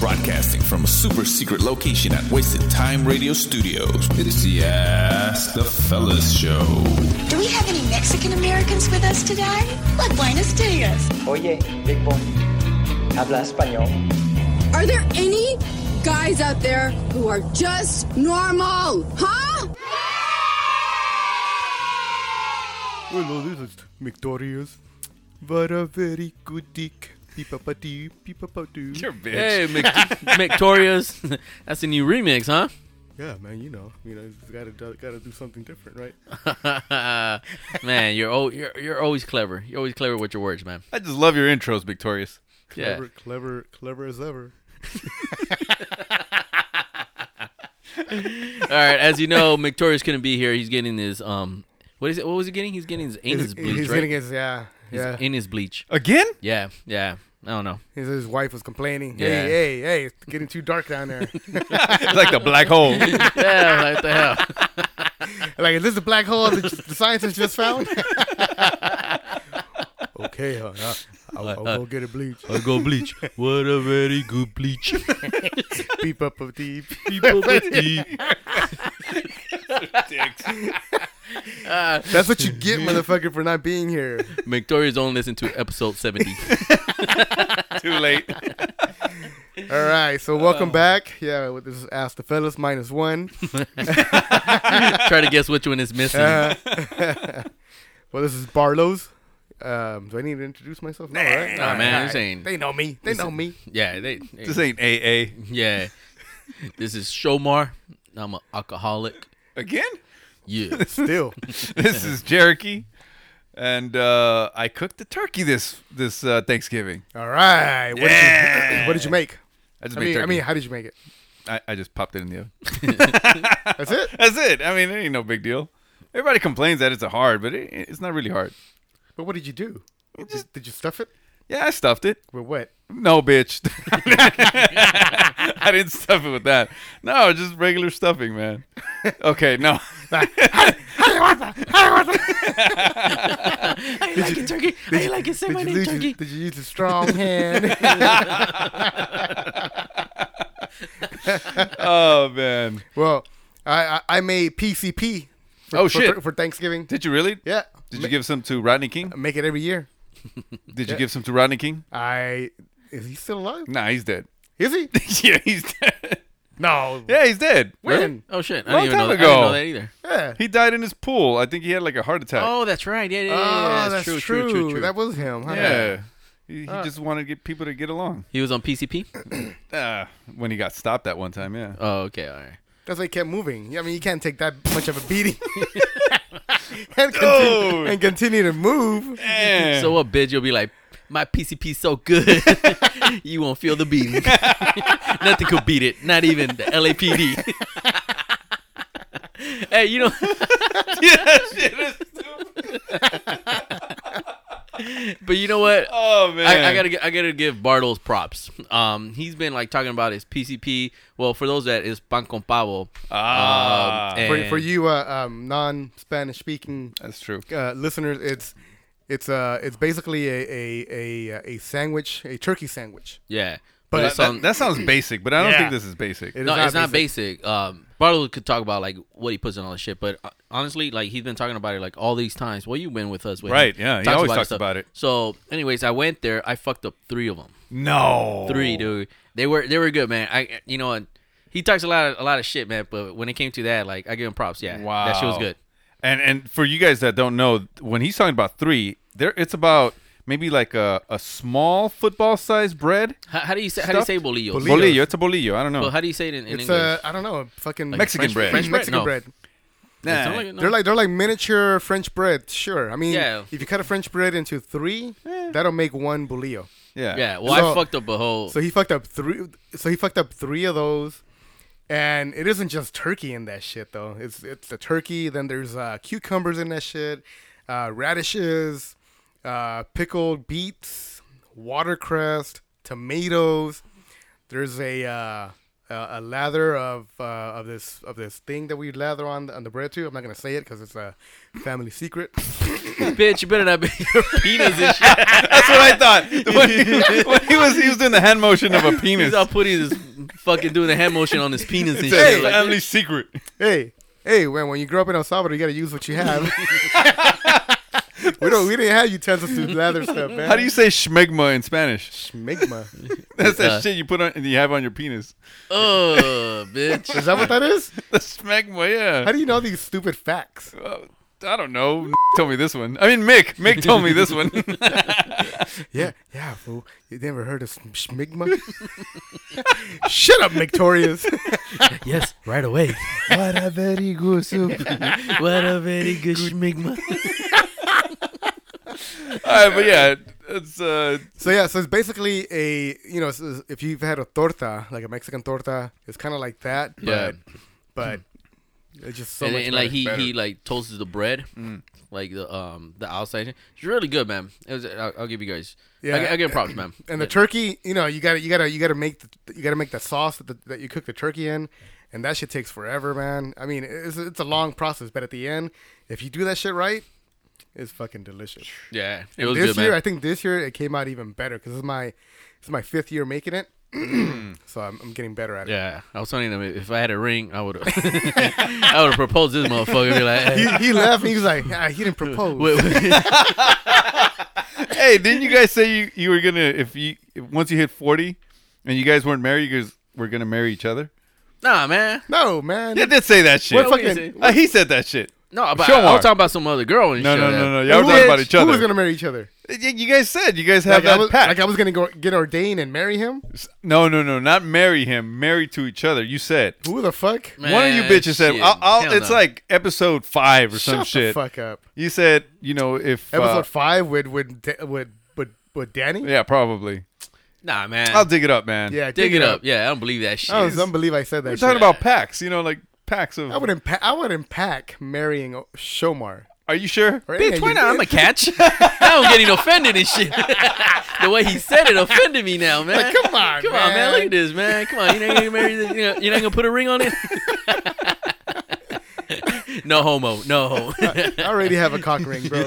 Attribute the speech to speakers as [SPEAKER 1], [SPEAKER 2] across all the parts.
[SPEAKER 1] broadcasting from a super secret location at Wasted Time Radio Studios. It is the Ask the Fellas Show.
[SPEAKER 2] Do we have any Mexican Americans with us today? Like Buenos Dias.
[SPEAKER 3] Oye, Big Boy, habla español.
[SPEAKER 4] Are there any guys out there who are just normal? Huh?
[SPEAKER 5] Hello, this is Victorious. What a very good dick. Peep-a-pa-dee, peep-a-pa-doo.
[SPEAKER 6] Hey, Mc- Victoria's. That's a new remix, huh?
[SPEAKER 5] Yeah, man, you know, you know, you gotta do- gotta do something different, right?
[SPEAKER 6] man, you're, al- you're you're always clever. You're always clever with your words, man.
[SPEAKER 7] I just love your intros, Victorious.
[SPEAKER 6] Yeah.
[SPEAKER 5] Clever, clever, clever as ever.
[SPEAKER 6] All right. As you know, Victoria's couldn't be here. He's getting his um. What is it? What was he getting? He's getting his anus
[SPEAKER 5] He's,
[SPEAKER 6] bleach,
[SPEAKER 5] he's
[SPEAKER 6] right?
[SPEAKER 5] getting his yeah,
[SPEAKER 6] His
[SPEAKER 5] yeah.
[SPEAKER 6] anus bleach.
[SPEAKER 7] Again?
[SPEAKER 6] Yeah. Yeah. I don't know.
[SPEAKER 5] His, his wife was complaining.
[SPEAKER 6] Yeah.
[SPEAKER 5] Hey, hey, hey! It's getting too dark down there.
[SPEAKER 7] It's like the black hole.
[SPEAKER 6] Yeah. What the hell?
[SPEAKER 5] like, is this the black hole that the scientists just found? okay, uh, huh? I'll, I'll go get a bleach.
[SPEAKER 6] I go bleach. What a very good bleach.
[SPEAKER 5] Beep up a deep.
[SPEAKER 6] Uh,
[SPEAKER 5] That's what you get, motherfucker, for not being here.
[SPEAKER 6] Victoria's only listened to episode seventy.
[SPEAKER 7] Too late.
[SPEAKER 5] All right, so welcome back. Yeah, with this is Ask the Fellas minus one.
[SPEAKER 6] Try to guess which one is missing.
[SPEAKER 7] Uh-huh.
[SPEAKER 5] Uh, well, this is Barlow's. Um, do I need to introduce myself? Nah,
[SPEAKER 6] Nah, man, this ain't-
[SPEAKER 5] They know me. They know me.
[SPEAKER 6] yeah. They.
[SPEAKER 7] This ain't AA.
[SPEAKER 6] Yeah. This is Shomar. I'm an alcoholic.
[SPEAKER 7] Again?
[SPEAKER 6] Yeah.
[SPEAKER 5] Still,
[SPEAKER 7] This is Cherokee. And uh, I cooked the turkey this this uh, Thanksgiving.
[SPEAKER 5] all right. What, did you,
[SPEAKER 7] Yeah.
[SPEAKER 5] what did you make?
[SPEAKER 7] I just
[SPEAKER 5] I
[SPEAKER 7] made
[SPEAKER 5] mean,
[SPEAKER 7] turkey.
[SPEAKER 5] I mean, how did you make it?
[SPEAKER 7] I, I just popped it in the oven.
[SPEAKER 5] That's it.
[SPEAKER 7] That's it. I mean, it ain't no big deal. Everybody complains that it's a hard, but it, it's not really hard.
[SPEAKER 5] But what did you do? Did you, did you stuff it?
[SPEAKER 7] Yeah, I stuffed it.
[SPEAKER 5] With what?
[SPEAKER 7] No, bitch. I didn't stuff it with that. No, just regular stuffing, man. Okay, no.
[SPEAKER 6] I like it turkey. I like it. Say
[SPEAKER 5] Did you, use, your- did you use a strong hand?
[SPEAKER 7] Oh man.
[SPEAKER 5] well, I, I I made PCP. For,
[SPEAKER 7] Oh,
[SPEAKER 5] for-
[SPEAKER 7] shit.
[SPEAKER 5] For, Thanksgiving.
[SPEAKER 7] Did you really?
[SPEAKER 5] Yeah.
[SPEAKER 7] Did you give some to Rodney King?
[SPEAKER 5] Make it every year.
[SPEAKER 7] Did you give some to Rodney King?
[SPEAKER 5] I is he still alive?
[SPEAKER 7] Nah, he's dead.
[SPEAKER 5] Is he?
[SPEAKER 7] yeah, he's dead.
[SPEAKER 5] No.
[SPEAKER 7] Yeah, he's dead.
[SPEAKER 5] When?
[SPEAKER 6] Oh shit! I
[SPEAKER 7] Long
[SPEAKER 6] didn't even know, that. I didn't
[SPEAKER 7] time ago.
[SPEAKER 6] know that either.
[SPEAKER 5] Yeah.
[SPEAKER 7] He died in his pool. I think he had like a heart attack.
[SPEAKER 6] Oh, that's right. Yeah, yeah, yeah.
[SPEAKER 5] Oh,
[SPEAKER 6] yeah.
[SPEAKER 5] that's true,
[SPEAKER 6] true, true, true.
[SPEAKER 5] That was him. Huh?
[SPEAKER 7] yeah. He, he just wanted to get people to get along.
[SPEAKER 6] He was on PCP.
[SPEAKER 7] Uh, when he got stopped that one time, yeah.
[SPEAKER 6] Oh, okay, all right.
[SPEAKER 5] That's why he kept moving. I mean, you can't take that much of a beating and, continue,
[SPEAKER 7] Dude.
[SPEAKER 5] and continue to move.
[SPEAKER 7] Man.
[SPEAKER 6] So what, bitch? You'll be like, my PCP's so good, you won't feel the beating. Nothing could beat it. Not even the LAPD. hey, you know. But you know what?
[SPEAKER 7] oh man.
[SPEAKER 6] I, I gotta gi- I gotta give Bartles props. Um, he's been like talking about his PCP. Well, for those that is pan con pavo.
[SPEAKER 7] Ah.
[SPEAKER 6] Um,
[SPEAKER 5] For,
[SPEAKER 6] and-
[SPEAKER 5] for you uh, um, non-Spanish speaking
[SPEAKER 7] That's true.
[SPEAKER 5] uh, listeners, it's it's uh it's basically a a, a a sandwich, a turkey sandwich.
[SPEAKER 6] yeah.
[SPEAKER 5] But
[SPEAKER 6] it's
[SPEAKER 7] That,
[SPEAKER 6] on-
[SPEAKER 7] that sounds basic, but I don't
[SPEAKER 5] Yeah.
[SPEAKER 7] think this is basic.
[SPEAKER 5] It
[SPEAKER 6] no, it's not basic. Um, Bartles could talk about like what he puts in all this shit, but uh, honestly, like he's been talking about it like all these times. Well, you've been with us, with him.
[SPEAKER 7] Right, yeah, he always talks
[SPEAKER 6] stuff.
[SPEAKER 7] about it.
[SPEAKER 6] So, anyways, I went there. I fucked up three of them.
[SPEAKER 7] no.
[SPEAKER 6] Three, dude. They were they were good, man. I you know, and he talks a lot of, a lot of shit, man. But when it came to that, like I give him props. Yeah,
[SPEAKER 7] Wow.
[SPEAKER 6] that shit was good.
[SPEAKER 7] And and for you guys that don't know, when he's talking about three, there it's about maybe like a, a small football sized bread.
[SPEAKER 6] How, how do you say how do you say
[SPEAKER 7] Stuffed?
[SPEAKER 6] bolillos?
[SPEAKER 5] Bolillos.
[SPEAKER 7] Bolillo, it's a bolillo. I don't know.
[SPEAKER 6] Well, how do you say it in, in
[SPEAKER 5] It's
[SPEAKER 6] English?
[SPEAKER 5] uh, I don't know, a fucking
[SPEAKER 7] Mexican bread.
[SPEAKER 5] French
[SPEAKER 6] French
[SPEAKER 5] Mexican
[SPEAKER 6] bread? No.
[SPEAKER 5] bread.
[SPEAKER 6] It's
[SPEAKER 7] nah.
[SPEAKER 6] not like it- no.
[SPEAKER 5] They're like they're like miniature French bread. Sure, I mean,
[SPEAKER 6] Yeah. Eh.
[SPEAKER 5] if you cut a French bread into three, that'll make one bolillo.
[SPEAKER 7] yeah.
[SPEAKER 6] yeah. Well,
[SPEAKER 5] So-
[SPEAKER 6] I fucked up a whole.
[SPEAKER 5] So he fucked up three. So he fucked up three of those, and it isn't just turkey in that shit though. It's it's the turkey. Then there's uh, cucumbers in that shit, uh, radishes, uh, pickled beets, watercress, tomatoes. There's a uh, a, a lather of uh, of this of this thing that we lather on on the bread too. I'm not gonna say it because it's a family secret.
[SPEAKER 6] bitch, you better not be your penis and shit.
[SPEAKER 7] That's what I thought. When he, when he was he was doing the hand motion of a penis.
[SPEAKER 6] He's all putting his fucking doing the hand motion on his penis and shit.
[SPEAKER 7] Hey,
[SPEAKER 6] Like,
[SPEAKER 7] family secret.
[SPEAKER 5] hey, hey, when when you grow up in El Salvador, you gotta use what you have. we don't. We didn't have utensils to lather stuff, man.
[SPEAKER 7] How do you say schmegma in Spanish?
[SPEAKER 5] Schmigma.
[SPEAKER 7] That's that
[SPEAKER 6] Uh,
[SPEAKER 7] shit you put on you have on your penis. uh,
[SPEAKER 6] oh, bitch.
[SPEAKER 5] Is that what that is?
[SPEAKER 7] The schmegma, yeah.
[SPEAKER 5] How do you know these stupid facts?
[SPEAKER 7] Uh, I don't know. told me this one. I mean, Mick. Mick told me this one.
[SPEAKER 5] Yeah, yeah, fool. You never heard of sm- schmigma? Shut up, Victorious.
[SPEAKER 6] Yes, right away.
[SPEAKER 7] what a very good soup.
[SPEAKER 6] What a very good schmigma.
[SPEAKER 7] All right, but yeah, it's uh,
[SPEAKER 5] so yeah, so it's basically a you know, so if you've had a torta, like a Mexican torta, it's kind of like that. But,
[SPEAKER 6] Yeah.
[SPEAKER 5] but it's just so
[SPEAKER 6] and,
[SPEAKER 5] much
[SPEAKER 6] and like he,
[SPEAKER 5] better.
[SPEAKER 6] he like toasted the bread,
[SPEAKER 7] Mm.
[SPEAKER 6] like the um the outside. It's really good, man. It was, I'll, I'll give you guys.
[SPEAKER 5] Yeah.
[SPEAKER 6] Yeah, I, I give props, man.
[SPEAKER 5] and the
[SPEAKER 6] Yeah.
[SPEAKER 5] turkey, you know, you gotta you gotta you gotta make the, you gotta make the sauce that, the, that you cook the turkey in, and that shit takes forever, man. I mean, it's it's a long process, but at the end, if you do that shit right, it's fucking delicious.
[SPEAKER 6] yeah, it was
[SPEAKER 5] this
[SPEAKER 6] good,
[SPEAKER 5] year,
[SPEAKER 6] man.
[SPEAKER 5] I think this year it came out even better because it's my it's my fifth year making it,
[SPEAKER 7] Mm.
[SPEAKER 5] so I'm, I'm getting better at it.
[SPEAKER 6] yeah, I was telling them if I had a ring, I would I would have proposed this motherfucker. Be like, hey,
[SPEAKER 5] He, he laughed. And he was like, ah, "He didn't propose."
[SPEAKER 6] wait, wait.
[SPEAKER 7] hey, didn't you guys say you, you were gonna if you if, once you hit forty and you guys weren't married, you guys were gonna marry each other?
[SPEAKER 6] nah, man.
[SPEAKER 5] no, man.
[SPEAKER 7] They did say that shit.
[SPEAKER 5] What
[SPEAKER 6] what you
[SPEAKER 5] fucking?
[SPEAKER 6] say?
[SPEAKER 7] Uh, he said that shit.
[SPEAKER 6] No, but
[SPEAKER 7] Show
[SPEAKER 6] I, I
[SPEAKER 7] more.
[SPEAKER 6] was talking about some other girl and
[SPEAKER 7] No,
[SPEAKER 6] shit.
[SPEAKER 7] no,
[SPEAKER 6] like
[SPEAKER 7] no,
[SPEAKER 6] that.
[SPEAKER 7] no. Y'all were
[SPEAKER 5] who was-
[SPEAKER 7] talking about each
[SPEAKER 5] Who
[SPEAKER 7] other.
[SPEAKER 5] was gonna marry each other?
[SPEAKER 7] Y- you guys said you guys have
[SPEAKER 5] Like I,
[SPEAKER 7] that
[SPEAKER 5] was,
[SPEAKER 7] pact.
[SPEAKER 5] like I was gonna go get ordained and marry him.
[SPEAKER 7] no, no, no, not marry him. Marry to each other. You said
[SPEAKER 5] Who the fuck?
[SPEAKER 7] one of you
[SPEAKER 6] Man,
[SPEAKER 7] bitches said,
[SPEAKER 6] shit.
[SPEAKER 7] I'll, I'll,
[SPEAKER 6] Hell
[SPEAKER 7] "It's
[SPEAKER 6] no.
[SPEAKER 7] like episode five or some
[SPEAKER 5] Shut the
[SPEAKER 7] shit."
[SPEAKER 5] fuck up.
[SPEAKER 7] You said, you know, if uh,
[SPEAKER 5] Episode five with with Da- with with with Danny.
[SPEAKER 7] yeah, probably.
[SPEAKER 6] nah, man.
[SPEAKER 7] I'll dig it up, Oh, man.
[SPEAKER 5] Yeah,
[SPEAKER 6] dig it up. Yeah, I don't believe that shit.
[SPEAKER 5] I was unbelievable. I said that.
[SPEAKER 7] we're
[SPEAKER 5] shit.
[SPEAKER 7] talking about packs. You know, like packs of.
[SPEAKER 5] I would impact. I would impact marrying Shomar.
[SPEAKER 7] Are you sure?
[SPEAKER 5] Or any
[SPEAKER 6] Bitch,
[SPEAKER 5] of
[SPEAKER 6] why
[SPEAKER 5] you-
[SPEAKER 6] not? I'm a catch. now I'm getting offended and shit. the way he said it offended me now, man.
[SPEAKER 5] Like, come on,
[SPEAKER 6] come on, man.
[SPEAKER 5] man.
[SPEAKER 6] Look at this, man. Come on, you ain't gonna marry this. You know, you're not gonna put a ring on it. no homo. No homo.
[SPEAKER 5] I already have a cock ring, bro.
[SPEAKER 6] oh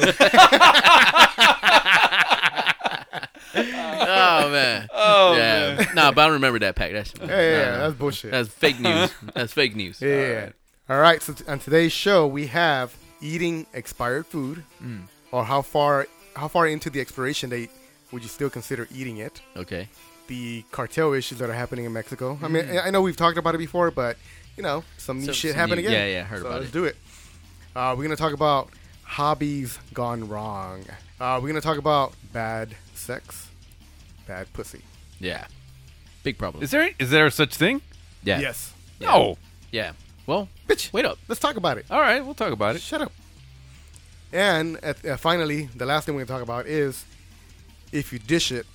[SPEAKER 6] man.
[SPEAKER 7] Oh,
[SPEAKER 6] yeah.
[SPEAKER 7] man.
[SPEAKER 6] Nah, but I don't remember that pack. That's
[SPEAKER 5] Yeah, yeah, yeah, that's bullshit.
[SPEAKER 6] that's fake news. That's fake news.
[SPEAKER 5] yeah. yeah. All right. So t- on today's show, we have eating expired food,
[SPEAKER 6] Mm.
[SPEAKER 5] or how far how far into the expiration date would you still consider eating it?
[SPEAKER 6] Uh, Okay.
[SPEAKER 5] The cartel issues that are happening in Mexico. I mean, I- I know we've talked about it before, but you know, some new
[SPEAKER 6] Hmm. So-
[SPEAKER 5] shit
[SPEAKER 6] some
[SPEAKER 5] happened
[SPEAKER 6] new-
[SPEAKER 5] again.
[SPEAKER 6] yeah, yeah, heard
[SPEAKER 5] so
[SPEAKER 6] about
[SPEAKER 5] let's
[SPEAKER 6] it.
[SPEAKER 5] do it. Uh, we're gonna talk about hobbies gone wrong. Uh, we're gonna talk about bad sex, bad pussy.
[SPEAKER 6] Yeah. Big problem.
[SPEAKER 7] Is there is there such thing?
[SPEAKER 6] yeah.
[SPEAKER 5] Yes,
[SPEAKER 7] No.
[SPEAKER 6] Yeah. Well,
[SPEAKER 5] bitch.
[SPEAKER 6] wait up.
[SPEAKER 5] Let's talk about it.
[SPEAKER 7] All right, we'll talk about it.
[SPEAKER 5] Shut up. And at, uh, finally, the last thing we're gonna talk about is if you dish it,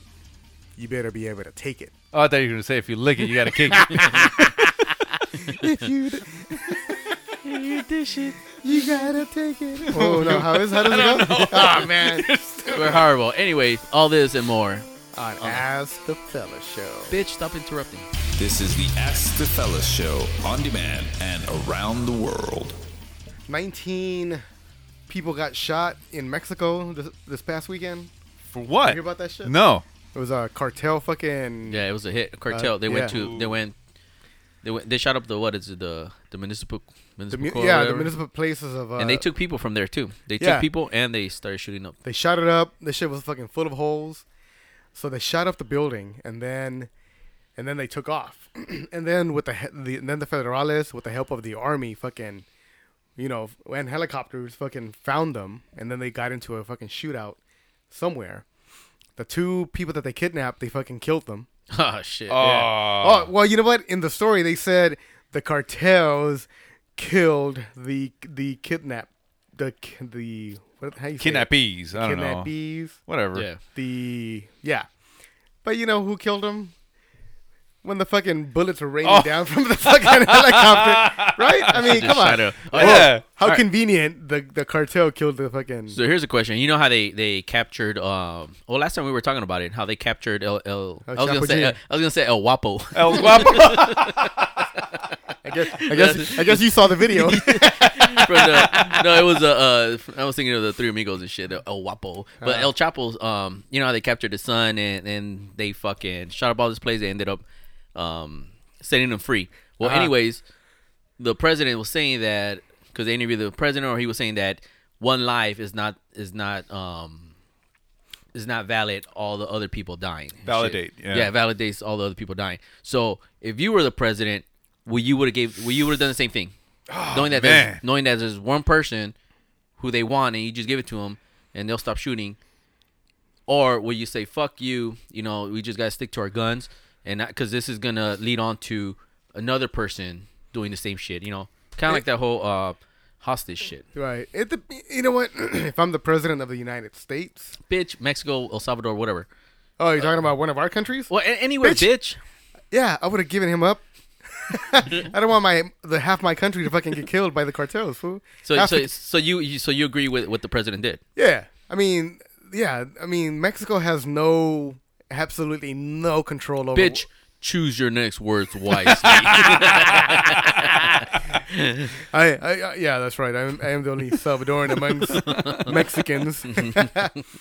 [SPEAKER 5] you better be able to take it.
[SPEAKER 7] Oh, I thought you were gonna say if you lick it, you gotta kick it.
[SPEAKER 5] If you d-
[SPEAKER 6] You dish it.
[SPEAKER 5] you gotta take it. Oh no, how is how does it go? Ah man,
[SPEAKER 6] We're horrible. Anyway, all this and more.
[SPEAKER 5] on
[SPEAKER 6] Oh.
[SPEAKER 5] Ask the Fella Show.
[SPEAKER 6] Bitch, stop interrupting.
[SPEAKER 1] This is the Ask the Fellas show on demand and around the world.
[SPEAKER 5] 19 people got shot in Mexico this, this past weekend.
[SPEAKER 7] For what?
[SPEAKER 5] hear about that shit?
[SPEAKER 7] No.
[SPEAKER 5] It was a cartel fucking.
[SPEAKER 6] Yeah, it was a hit. Cartel.
[SPEAKER 5] Uh,
[SPEAKER 6] they
[SPEAKER 5] yeah.
[SPEAKER 6] went to. They went. They went. They shot up the what is it? The the municipal.
[SPEAKER 5] The,
[SPEAKER 6] municipal
[SPEAKER 5] mu-
[SPEAKER 6] court or
[SPEAKER 5] yeah, the
[SPEAKER 6] whatever.
[SPEAKER 5] municipal places of. Uh,
[SPEAKER 6] and they took people from there too. They took
[SPEAKER 5] Yeah.
[SPEAKER 6] people and they started shooting up.
[SPEAKER 5] They shot it up. The shit was fucking full of holes. So they shot up the building, and then, and then they took off, and then with the, he- the and then the federales with the help of the army, fucking, you know, and helicopters, fucking found them, and then they got into a fucking shootout somewhere. The two people that they kidnapped, they fucking killed them.
[SPEAKER 6] Oh shit.
[SPEAKER 7] Oh.
[SPEAKER 5] Oh well, you know what? In the story, they said the cartels killed the the kidnap the ki- the what how you say it?
[SPEAKER 7] Kidnappees. I don't know.
[SPEAKER 5] kidnappees
[SPEAKER 7] Whatever.
[SPEAKER 6] yeah.
[SPEAKER 5] the yeah. But you know who killed him? When the fucking bullets were raining
[SPEAKER 7] Oh.
[SPEAKER 5] down from the fucking helicopter, right? I mean, come on.
[SPEAKER 6] shot up. Oh,
[SPEAKER 5] Well,
[SPEAKER 7] yeah.
[SPEAKER 5] How
[SPEAKER 7] All right.
[SPEAKER 5] convenient the the cartel killed the fucking.
[SPEAKER 6] So here's a question. You know how they they captured? Um, well, last time we were talking about it, how they captured El El. I
[SPEAKER 5] El
[SPEAKER 6] was gonna
[SPEAKER 5] Chapo
[SPEAKER 6] say
[SPEAKER 5] Jr.
[SPEAKER 6] El- I was gonna say El Wapo.
[SPEAKER 7] El Guapo.
[SPEAKER 5] I guess, I guess, I guess you saw the video.
[SPEAKER 6] From the, no, it was a. Uh, I was thinking of the Three Amigos and shit. El Wapo, but
[SPEAKER 7] Uh-huh.
[SPEAKER 6] El Chapo's. Um, you know how they captured his son and and they fucking shot up all this place. They ended up, um, setting him free. Well,
[SPEAKER 7] Uh-huh.
[SPEAKER 6] anyways, the president was saying that because they interviewed the president, or he was saying that one life is not is not um is not valid. All the other people dying. and shit.
[SPEAKER 7] Validate, yeah.
[SPEAKER 6] yeah, validates all the other people dying. So if you were the president, well, you would have gave, well, you would have done the same thing, knowing that
[SPEAKER 7] man.
[SPEAKER 6] there's, knowing that there's one person who they want, and you just give it to them, and they'll stop shooting. Or will you say, "Fuck you," you know, we just gotta stick to our guns, and because this is gonna lead on to another person doing the same shit, you know, kind of like that whole uh, hostage shit.
[SPEAKER 5] right. It, dep- you know what? if I'm the president of the United States,
[SPEAKER 6] Bitch, Mexico, El Salvador, whatever.
[SPEAKER 5] oh, you're talking about one of our countries?
[SPEAKER 6] Well, a- anywhere, bitch.
[SPEAKER 5] Yeah, I would have given him up. I don't want my the half my country to fucking get killed by the cartels. Fool.
[SPEAKER 6] So,
[SPEAKER 5] Half
[SPEAKER 6] so,
[SPEAKER 5] the-
[SPEAKER 6] so you, you, so you agree with what the president did?
[SPEAKER 5] yeah, I mean, yeah, I mean, Mexico has no, absolutely no control over.
[SPEAKER 6] Bitch, choose your next words wisely.
[SPEAKER 5] I, I, I yeah, that's right. I'm, I am the only Salvadoran amongst Mexicans.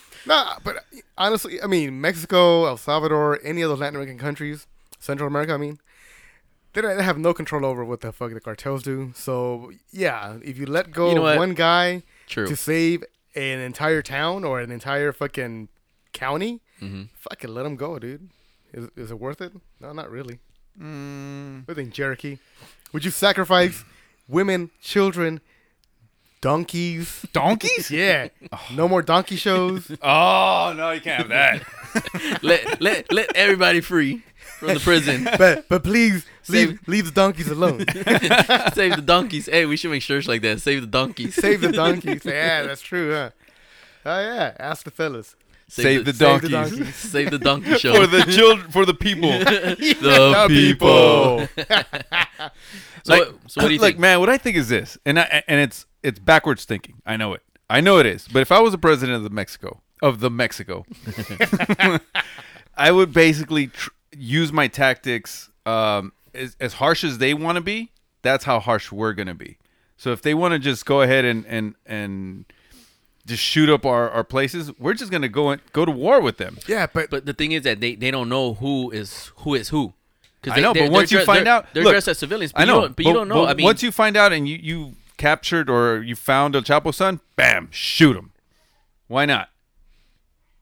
[SPEAKER 5] no, but honestly, I mean, Mexico, El Salvador, any of those Latin American countries, Central America, I mean, they, don't, they have no control over what the fuck the cartels do. So yeah, if you let go
[SPEAKER 6] You know
[SPEAKER 5] of
[SPEAKER 6] what?
[SPEAKER 5] one guy
[SPEAKER 6] True.
[SPEAKER 5] to save an entire town or an entire fucking county,
[SPEAKER 6] Mm-hmm.
[SPEAKER 5] fucking let him go, dude. Is, is it worth it? No, not really. What do you think, Cherokee? Would you sacrifice women, children, donkeys?
[SPEAKER 7] Donkeys?
[SPEAKER 5] Yeah. No more donkey shows.
[SPEAKER 7] Oh no, you can't have that.
[SPEAKER 6] let, let, let everybody free from the prison.
[SPEAKER 5] But but please leave
[SPEAKER 6] Save-
[SPEAKER 5] leave the donkeys alone.
[SPEAKER 6] Save the donkeys. Hey, we should make shirts like that. Save the donkeys.
[SPEAKER 5] Save the donkeys. Yeah, that's true, huh? Oh yeah. Ask the fellas.
[SPEAKER 7] Save the
[SPEAKER 5] save the
[SPEAKER 7] donkeys
[SPEAKER 5] donkeys.
[SPEAKER 6] Save the donkey show.
[SPEAKER 7] for the children, for the people.
[SPEAKER 6] The people. So,
[SPEAKER 7] like,
[SPEAKER 6] what- so what do you
[SPEAKER 7] like,
[SPEAKER 6] think?
[SPEAKER 7] man? What I think is this, and I, and it's it's backwards thinking. I know it. I know it is. But if I was the president of the Mexico of the Mexico, I would basically tr- use my tactics um, as, as harsh as they want to be. That's how harsh we're gonna be. So if they want to just go ahead and and and just shoot up our, our places, we're just gonna go and go to war with them.
[SPEAKER 5] Yeah, but,
[SPEAKER 6] but the thing is that they, they don't know who is who is who. Cause
[SPEAKER 7] I know, but once you
[SPEAKER 6] dressed-
[SPEAKER 7] find
[SPEAKER 6] they're-
[SPEAKER 7] out,
[SPEAKER 6] they're
[SPEAKER 7] look,
[SPEAKER 6] dressed as civilians. But I know, you don't, but, you don't know. I mean,
[SPEAKER 7] once you find out and you you captured or you found El Chapo's son, bam, shoot him. Why not?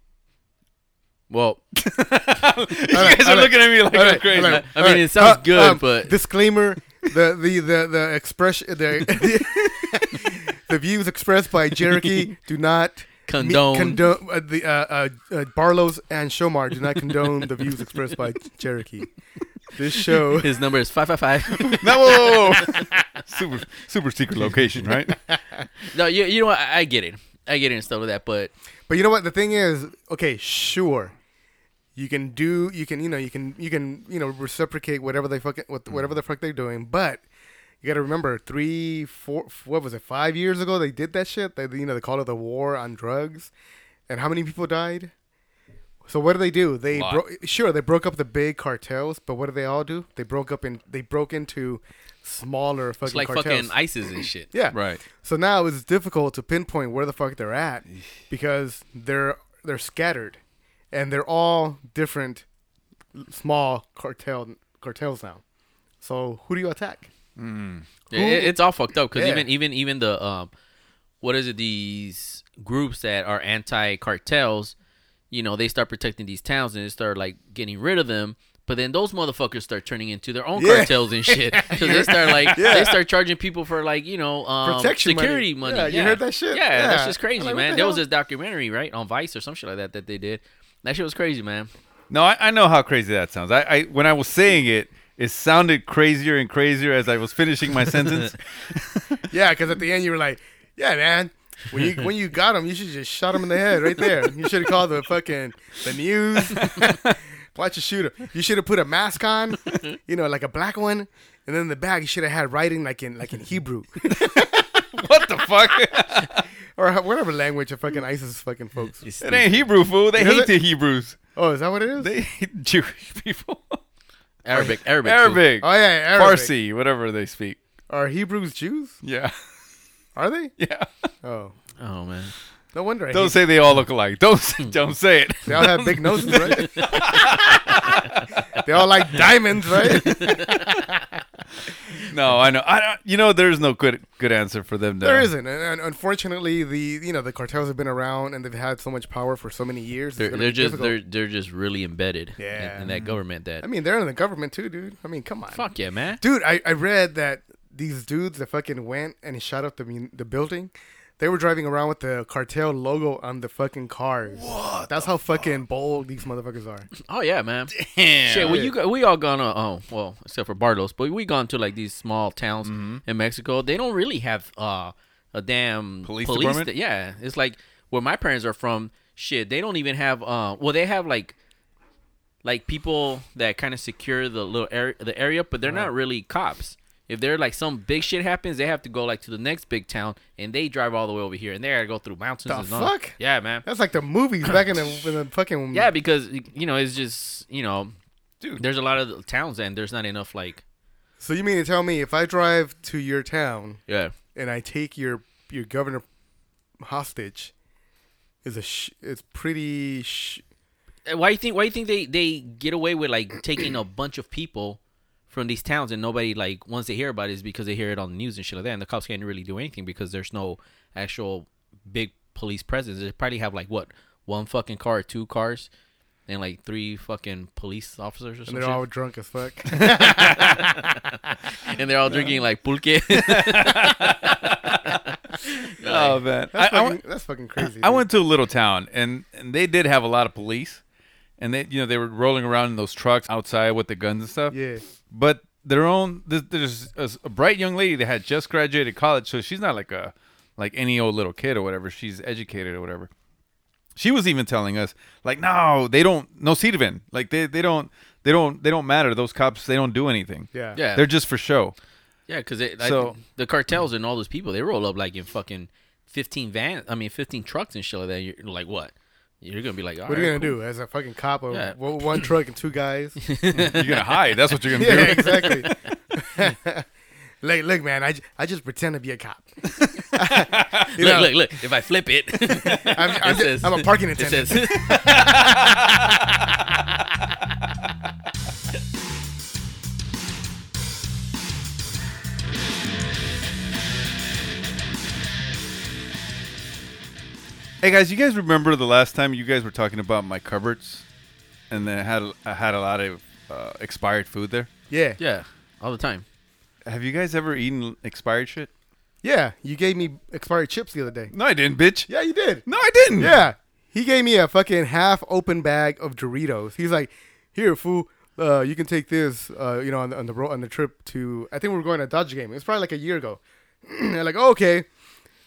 [SPEAKER 6] well,
[SPEAKER 7] you guys are looking at me like I'm
[SPEAKER 5] Alright,
[SPEAKER 7] crazy.
[SPEAKER 5] alright,
[SPEAKER 6] I mean,
[SPEAKER 5] alright.
[SPEAKER 6] it sounds
[SPEAKER 5] Uh,
[SPEAKER 6] good,
[SPEAKER 5] um,
[SPEAKER 6] but
[SPEAKER 5] disclaimer: the the the the expression the the views expressed by Cherokee do not
[SPEAKER 6] Condone.
[SPEAKER 5] condone uh, the uh, uh, uh, Barlow's and Shomar do not condone the views expressed by Cherokee. This show,
[SPEAKER 6] his number is five five five.
[SPEAKER 7] No, whoa, whoa, whoa. super super secret location, right?
[SPEAKER 6] no, you, you know what? I, I get it. I get it and stuff like that. But
[SPEAKER 5] but you know what? The thing is, okay, sure. You can do, you can, you know, you can, you can, you know, reciprocate whatever they fucking, what-
[SPEAKER 6] Mm.
[SPEAKER 5] whatever the fuck they're doing. But you got to remember, three, four, what was it, five years ago they did that shit. They, you know, they called it the war on drugs, and how many people died? So what did they do? They bro- sure they broke up the big cartels, but what did they all do? They broke up in, they broke into smaller fucking
[SPEAKER 6] it's like
[SPEAKER 5] cartels.
[SPEAKER 6] fucking ISIS and shit.
[SPEAKER 5] Yeah.
[SPEAKER 7] Right.
[SPEAKER 5] So now it's difficult to pinpoint where the fuck they're at because they're they're scattered and they're all different small cartel cartels now. So who do you attack?
[SPEAKER 6] Yeah, it- it's all fucked up because
[SPEAKER 5] Yeah.
[SPEAKER 6] even even even the um, what is it? These groups that are anti cartels, you know, they start protecting these towns and they start like getting rid of them. But then those motherfuckers start turning into their own
[SPEAKER 5] Yeah.
[SPEAKER 6] cartels and shit because they start like they start charging people for like you know um,
[SPEAKER 5] Protection money.
[SPEAKER 6] security money.
[SPEAKER 5] Yeah, you heard that shit?
[SPEAKER 6] Yeah, that's
[SPEAKER 5] Yeah.
[SPEAKER 6] just
[SPEAKER 5] I'm
[SPEAKER 6] crazy,
[SPEAKER 5] like, what
[SPEAKER 6] man.
[SPEAKER 5] the
[SPEAKER 6] there was
[SPEAKER 5] hell?
[SPEAKER 6] this documentary right on Vice or some shit like that that they did. That shit was crazy, man.
[SPEAKER 7] No, I, I know how crazy that sounds. I, I when I was saying it, it sounded crazier and crazier as I was finishing my sentence.
[SPEAKER 5] Yeah, because at the end you were like, yeah, man. When you when you got him, you should just shot him in the head right there. You should have called the fucking the news. Watch you shoot him. You should have put a mask on, you know, like a black one, and then the back you should have had writing like in like in Hebrew.
[SPEAKER 7] what the fuck?
[SPEAKER 5] or whatever language of
[SPEAKER 6] Mm.
[SPEAKER 5] fucking ISIS fucking folks.
[SPEAKER 7] it ain't Hebrew, fool. They
[SPEAKER 5] Is
[SPEAKER 7] hate
[SPEAKER 5] it?
[SPEAKER 7] the Hebrews.
[SPEAKER 5] Oh, is that what it is?
[SPEAKER 7] They hate Jewish people.
[SPEAKER 6] Arabic, Arabic,
[SPEAKER 7] Arabic,
[SPEAKER 5] Oh yeah, Arabic.
[SPEAKER 7] Farsi, whatever they speak.
[SPEAKER 5] Are Hebrews Jews?
[SPEAKER 7] Yeah,
[SPEAKER 5] Are they?
[SPEAKER 7] yeah.
[SPEAKER 5] Oh,
[SPEAKER 6] too. Oh man,
[SPEAKER 5] no wonder. I
[SPEAKER 7] Don't
[SPEAKER 5] hate-
[SPEAKER 7] say they all look alike. Don't say, don't say it.
[SPEAKER 5] Hmm. they all have big noses, right? they all like diamonds, right?
[SPEAKER 7] No, I know. I don't- you know there's no good good answer for them. Though.
[SPEAKER 5] There isn't, and, and unfortunately, the you know the cartels have been around and they've had so much power for so many years. it's
[SPEAKER 6] they're,
[SPEAKER 5] gonna
[SPEAKER 6] they're
[SPEAKER 5] be
[SPEAKER 6] just
[SPEAKER 5] difficult.
[SPEAKER 6] they're they're just really embedded in-
[SPEAKER 5] Yeah.
[SPEAKER 6] in, that government. That
[SPEAKER 5] I mean, they're in the government too, dude. I mean, come on,
[SPEAKER 6] fuck yeah, man.
[SPEAKER 5] dude. I, I read that these dudes that fucking went and shot up the mun- the building, they were driving around with the cartel logo on the fucking cars. What? That's how fucking bold these motherfuckers are.
[SPEAKER 6] Oh yeah, man. Shit, well, you go- we all gone. Uh, oh well, except for Barlos, but we gone to like these small towns in Mexico. They don't really have uh, a damn
[SPEAKER 7] Police
[SPEAKER 6] sta-
[SPEAKER 7] department?
[SPEAKER 6] yeah, it's like where my parents are from. Shit, they don't even have. Uh, well, they have like like people that kind of secure the little area, the area, but they're not really cops. If they're like some big shit happens, they have to go like to the next big town, and they drive all the way over here, and they gotta go through mountains.
[SPEAKER 5] The
[SPEAKER 6] and all-
[SPEAKER 5] fuck?
[SPEAKER 6] Yeah, man.
[SPEAKER 5] That's like the movies back in the, in the fucking
[SPEAKER 6] Yeah, because you know it's just you know,
[SPEAKER 7] Dude.
[SPEAKER 6] There's a lot of towns and there's not enough like
[SPEAKER 5] So you mean to tell me if I drive to your town
[SPEAKER 6] yeah.
[SPEAKER 5] and I take your your governor hostage, is a sh- it's pretty. Sh-
[SPEAKER 6] Eh, Why you think why you think they they get away with like taking a bunch of people from these towns and nobody like once they hear about it is because they hear it on the news and shit like that and the cops can't really do anything because there's no actual big police presence. They probably have like what one fucking car or two cars and like three fucking police officers or
[SPEAKER 5] and
[SPEAKER 6] something.
[SPEAKER 5] they're all drunk as fuck.
[SPEAKER 6] and they're all drinking like pulque.
[SPEAKER 7] Oh man, I,
[SPEAKER 5] That's,
[SPEAKER 7] I,
[SPEAKER 5] fucking,
[SPEAKER 7] went-
[SPEAKER 5] that's fucking crazy.
[SPEAKER 7] I
[SPEAKER 5] dude.
[SPEAKER 7] went to a little town and and they did have a lot of police, and they you know they were rolling around in those trucks outside with the guns and stuff.
[SPEAKER 5] Yeah.
[SPEAKER 7] but their own th- there's a, a bright young lady that had just graduated college so she's not like a like any old little kid or whatever she's educated or whatever she was even telling us like no they don't no sirven like they, they don't they don't they don't matter those cops they don't do anything
[SPEAKER 5] Yeah.
[SPEAKER 6] Yeah.
[SPEAKER 7] they're just for show
[SPEAKER 6] Yeah, because like,
[SPEAKER 7] So-
[SPEAKER 6] the cartels and all those people, they roll up like in fucking fifteen van. I mean, fifteen trucks and shit like that. You're like, what? You're gonna be like,
[SPEAKER 5] What are you gonna do as a fucking cop of
[SPEAKER 6] Yeah.
[SPEAKER 5] one one truck and two guys?
[SPEAKER 7] you're gonna hide that's what you're gonna
[SPEAKER 5] yeah,
[SPEAKER 7] do
[SPEAKER 5] exactly. Like, look, man, I, j- I just pretend to be a cop.
[SPEAKER 6] do? Look,
[SPEAKER 5] know-
[SPEAKER 6] look, look! If I flip it, it
[SPEAKER 5] I'm, I'm, just-
[SPEAKER 6] says-
[SPEAKER 5] I'm a parking
[SPEAKER 6] it
[SPEAKER 5] attendant.
[SPEAKER 6] says.
[SPEAKER 7] hey guys you guys remember the last time you guys were talking about my cupboards and then I had I had a lot of uh, expired food there
[SPEAKER 5] yeah. yeah,
[SPEAKER 6] yeah, all the time.
[SPEAKER 7] have you guys ever eaten expired shit
[SPEAKER 5] You gave me expired chips the other day.
[SPEAKER 7] no I didn't bitch
[SPEAKER 5] Yeah, you did.
[SPEAKER 7] no I didn't
[SPEAKER 5] Yeah, he gave me a fucking half-open bag of Doritos. He's like, "Here, fool, uh, you can take this. Uh, you know, on the on the, ro- on the trip to I think we were going to Dodge game. It was probably like a year ago. I'm like, oh, okay,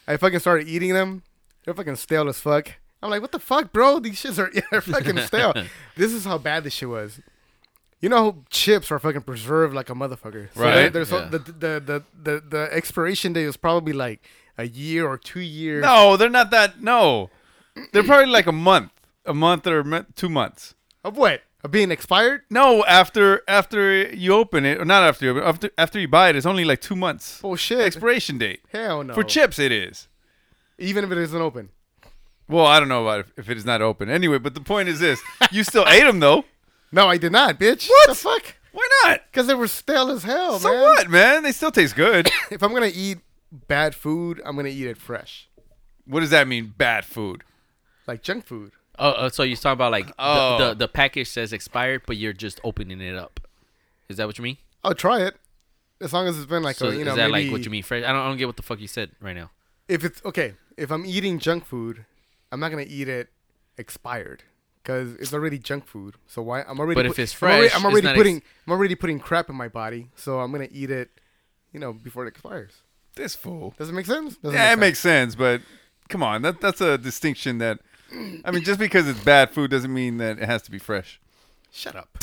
[SPEAKER 5] I fucking started eating them. They're fucking stale as fuck. I'm like, what the fuck, bro? These shits are they're fucking stale. this is how bad this shit was. You know, how chips are fucking preserved like a motherfucker. So
[SPEAKER 7] Right.
[SPEAKER 5] they- There's
[SPEAKER 6] Yeah.
[SPEAKER 5] the, the, the, the, the expiration date is probably like a year or two years.
[SPEAKER 7] No, they're not that. No, they're probably like a month, a month or mo- two months.
[SPEAKER 5] Of what? Of being expired?
[SPEAKER 7] No, after after you open it, or not after you open, after after you buy it, it's only like two months
[SPEAKER 5] Bullshit.
[SPEAKER 7] expiration date
[SPEAKER 5] Hell no.
[SPEAKER 7] for chips. It is.
[SPEAKER 5] Even if it isn't open.
[SPEAKER 7] Well, I don't know about if, if it is not open. Anyway, but the point is this: you still ate them though.
[SPEAKER 5] No, I did not, bitch.
[SPEAKER 7] What?
[SPEAKER 5] the fuck?
[SPEAKER 7] Why not?
[SPEAKER 5] Because they were stale as hell,
[SPEAKER 7] So
[SPEAKER 5] Oh, man.
[SPEAKER 7] what, man? They still taste good.
[SPEAKER 5] If I'm gonna eat bad food, I'm gonna eat it fresh,
[SPEAKER 7] what does that mean? Bad food.
[SPEAKER 5] like junk food.
[SPEAKER 6] Oh, uh, so you're talking about like
[SPEAKER 7] Oh.
[SPEAKER 6] the, the the package says expired, but you're just opening it up. Is that what you mean?
[SPEAKER 5] I'll try it, as long as it's been like
[SPEAKER 6] So
[SPEAKER 5] a, you know
[SPEAKER 6] is that
[SPEAKER 5] maybe
[SPEAKER 6] like what you mean, fresh? I don't, I don't get what the fuck you said right now.
[SPEAKER 5] if it's okay. If I'm eating junk food, I'm not gonna eat it expired because it's already junk food. So why? I'm already.
[SPEAKER 6] But if it's
[SPEAKER 5] I'm already-
[SPEAKER 6] fresh,
[SPEAKER 5] I'm
[SPEAKER 6] it's
[SPEAKER 5] already,
[SPEAKER 6] not ex-
[SPEAKER 5] putting. I'm already putting crap in my body, so I'm gonna eat it, you know, before it expires.
[SPEAKER 7] This fool.
[SPEAKER 5] Does it make sense? Doesn't
[SPEAKER 7] Yeah, it
[SPEAKER 5] sense.
[SPEAKER 7] makes sense, but come on, that that's a distinction that. I mean, just because it's bad food doesn't mean that it has to be fresh.
[SPEAKER 5] Shut up.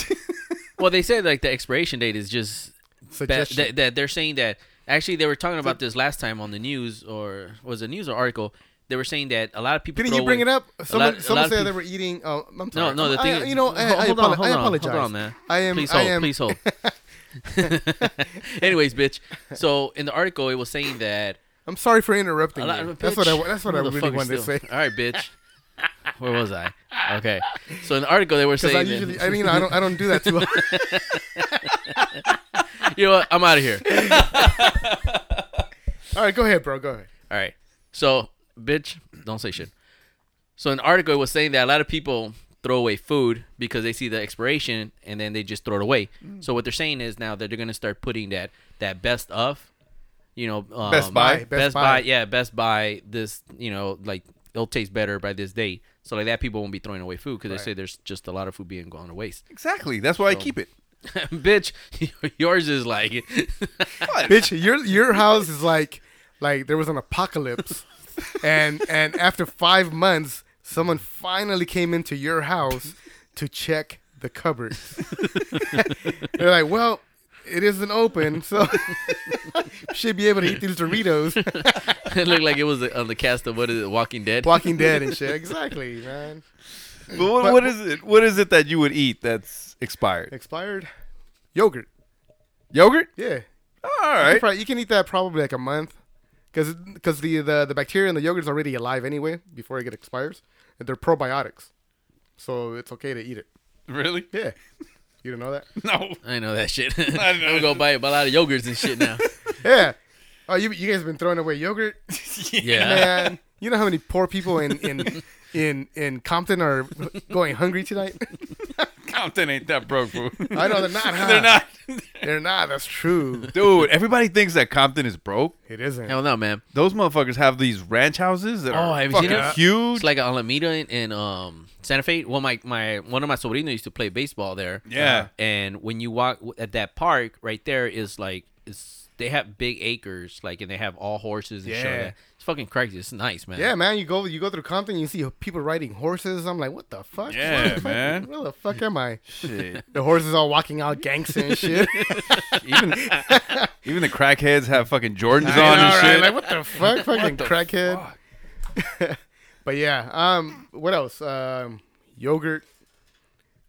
[SPEAKER 6] Well, they said like the expiration date is just that,
[SPEAKER 5] Suggestion.
[SPEAKER 6] that, that they're saying that actually they were talking about this last time on the news or was a news or article they were saying that a lot of people.
[SPEAKER 5] Didn't
[SPEAKER 6] throw
[SPEAKER 5] you bring
[SPEAKER 6] away-
[SPEAKER 5] it up?
[SPEAKER 6] a
[SPEAKER 5] Someone,
[SPEAKER 6] lot- a
[SPEAKER 5] someone
[SPEAKER 6] lot of
[SPEAKER 5] said they
[SPEAKER 6] peop-
[SPEAKER 5] were eating. Oh, I'm sorry.
[SPEAKER 6] No, no. The
[SPEAKER 5] I,
[SPEAKER 6] thing
[SPEAKER 5] I-
[SPEAKER 6] is,
[SPEAKER 5] you know, I,
[SPEAKER 6] Hold-
[SPEAKER 5] I,
[SPEAKER 6] hold
[SPEAKER 5] apolo-
[SPEAKER 6] on, hold
[SPEAKER 5] I
[SPEAKER 6] on,
[SPEAKER 5] apologize.
[SPEAKER 6] Hold on, man.
[SPEAKER 5] I am.
[SPEAKER 6] Please
[SPEAKER 5] I
[SPEAKER 6] hold.
[SPEAKER 5] am,
[SPEAKER 6] Please hold. Anyways, bitch. So in the article, it was saying that
[SPEAKER 5] I'm sorry for interrupting.
[SPEAKER 6] a lot
[SPEAKER 5] you.
[SPEAKER 6] of
[SPEAKER 5] That's what I.
[SPEAKER 6] bitch,
[SPEAKER 5] That's what I really
[SPEAKER 6] motherfucker
[SPEAKER 5] wanted to
[SPEAKER 6] still.
[SPEAKER 5] say.
[SPEAKER 6] All right, bitch. Where was I? Okay. So in the article, they were
[SPEAKER 5] Because
[SPEAKER 6] saying.
[SPEAKER 5] I
[SPEAKER 6] that-
[SPEAKER 5] usually, I mean, I don't, I don't do that too. often.
[SPEAKER 6] you know what? I'm out of here.
[SPEAKER 5] All right, go ahead, bro. Go ahead.
[SPEAKER 6] All right. So, bitch, don't say shit. So, an article was saying that a lot of people throw away food because they see the expiration and then they just throw it away. So, what they're saying is now that they're going to start putting that that best of, you know, um,
[SPEAKER 7] Best Buy.
[SPEAKER 6] Best,
[SPEAKER 5] Best
[SPEAKER 6] buy.
[SPEAKER 5] Buy.
[SPEAKER 6] yeah, Best Buy. This, you know, like it'll taste better by this date. So, like that, people won't be throwing away food because they say there's just a lot of food being gone to waste.
[SPEAKER 7] Exactly. That's why I keep it.
[SPEAKER 6] bitch, yours is like
[SPEAKER 5] Bitch, your your house is like like there was an apocalypse, and and after five months, someone finally came into your house to check the cupboards. They're like, well, it isn't open, so should be able to eat these Doritos,
[SPEAKER 6] it looked like it was on the cast of what is it, Walking Dead?
[SPEAKER 5] Walking Dead and shit. Exactly, man.
[SPEAKER 7] But what, what is it? What is it that you would eat that's expired?
[SPEAKER 5] Expired yogurt.
[SPEAKER 7] Yogurt.
[SPEAKER 5] Yeah,
[SPEAKER 7] All right.
[SPEAKER 5] Probably- you can eat that probably like a month, because the, the the bacteria in the yogurt is already alive anyway before it gets expires. And they're probiotics, so it's okay to eat it.
[SPEAKER 7] Really?
[SPEAKER 5] Yeah, you didn't know that?
[SPEAKER 7] No.
[SPEAKER 6] I know that shit. I'm gonna go buy a lot of yogurts and shit now.
[SPEAKER 5] yeah. Oh, you you guys been throwing away yogurt,
[SPEAKER 6] yeah.
[SPEAKER 5] man. You know how many poor people in in in in Compton are going hungry tonight?
[SPEAKER 7] Compton ain't that broke, bro.
[SPEAKER 5] I know they're not. Huh?
[SPEAKER 7] They're not.
[SPEAKER 5] They're not. That's true.
[SPEAKER 7] Dude, everybody thinks that Compton is broke.
[SPEAKER 5] It isn't.
[SPEAKER 6] Hell no, man.
[SPEAKER 7] Those motherfuckers have these ranch houses that
[SPEAKER 6] Oh,
[SPEAKER 7] are
[SPEAKER 6] have you seen
[SPEAKER 7] fucking
[SPEAKER 6] it?
[SPEAKER 7] huge.
[SPEAKER 6] It's like Alameda and, and um Santa Fe. Well, my my one of my sobrinos used to play baseball there.
[SPEAKER 7] Yeah. Uh-huh.
[SPEAKER 6] And when you walk at that park right there is like it's they have big acres like and they have all horses and shit. like
[SPEAKER 5] Yeah.
[SPEAKER 6] that. It's fucking crazy. It's nice, man.
[SPEAKER 5] Yeah, man. You go you go through Compton, you see people riding horses. I'm like, what the fuck?
[SPEAKER 7] yeah, man.
[SPEAKER 5] Where the fuck am I?
[SPEAKER 7] Shit.
[SPEAKER 5] The horses all walking out gangsta and shit.
[SPEAKER 7] Even even the crackheads have fucking Jordans
[SPEAKER 5] I
[SPEAKER 7] on
[SPEAKER 5] know,
[SPEAKER 7] and
[SPEAKER 5] right?
[SPEAKER 7] shit.
[SPEAKER 5] Like what the fuck, fucking crackhead. but yeah, um, what else? Um, yogurt,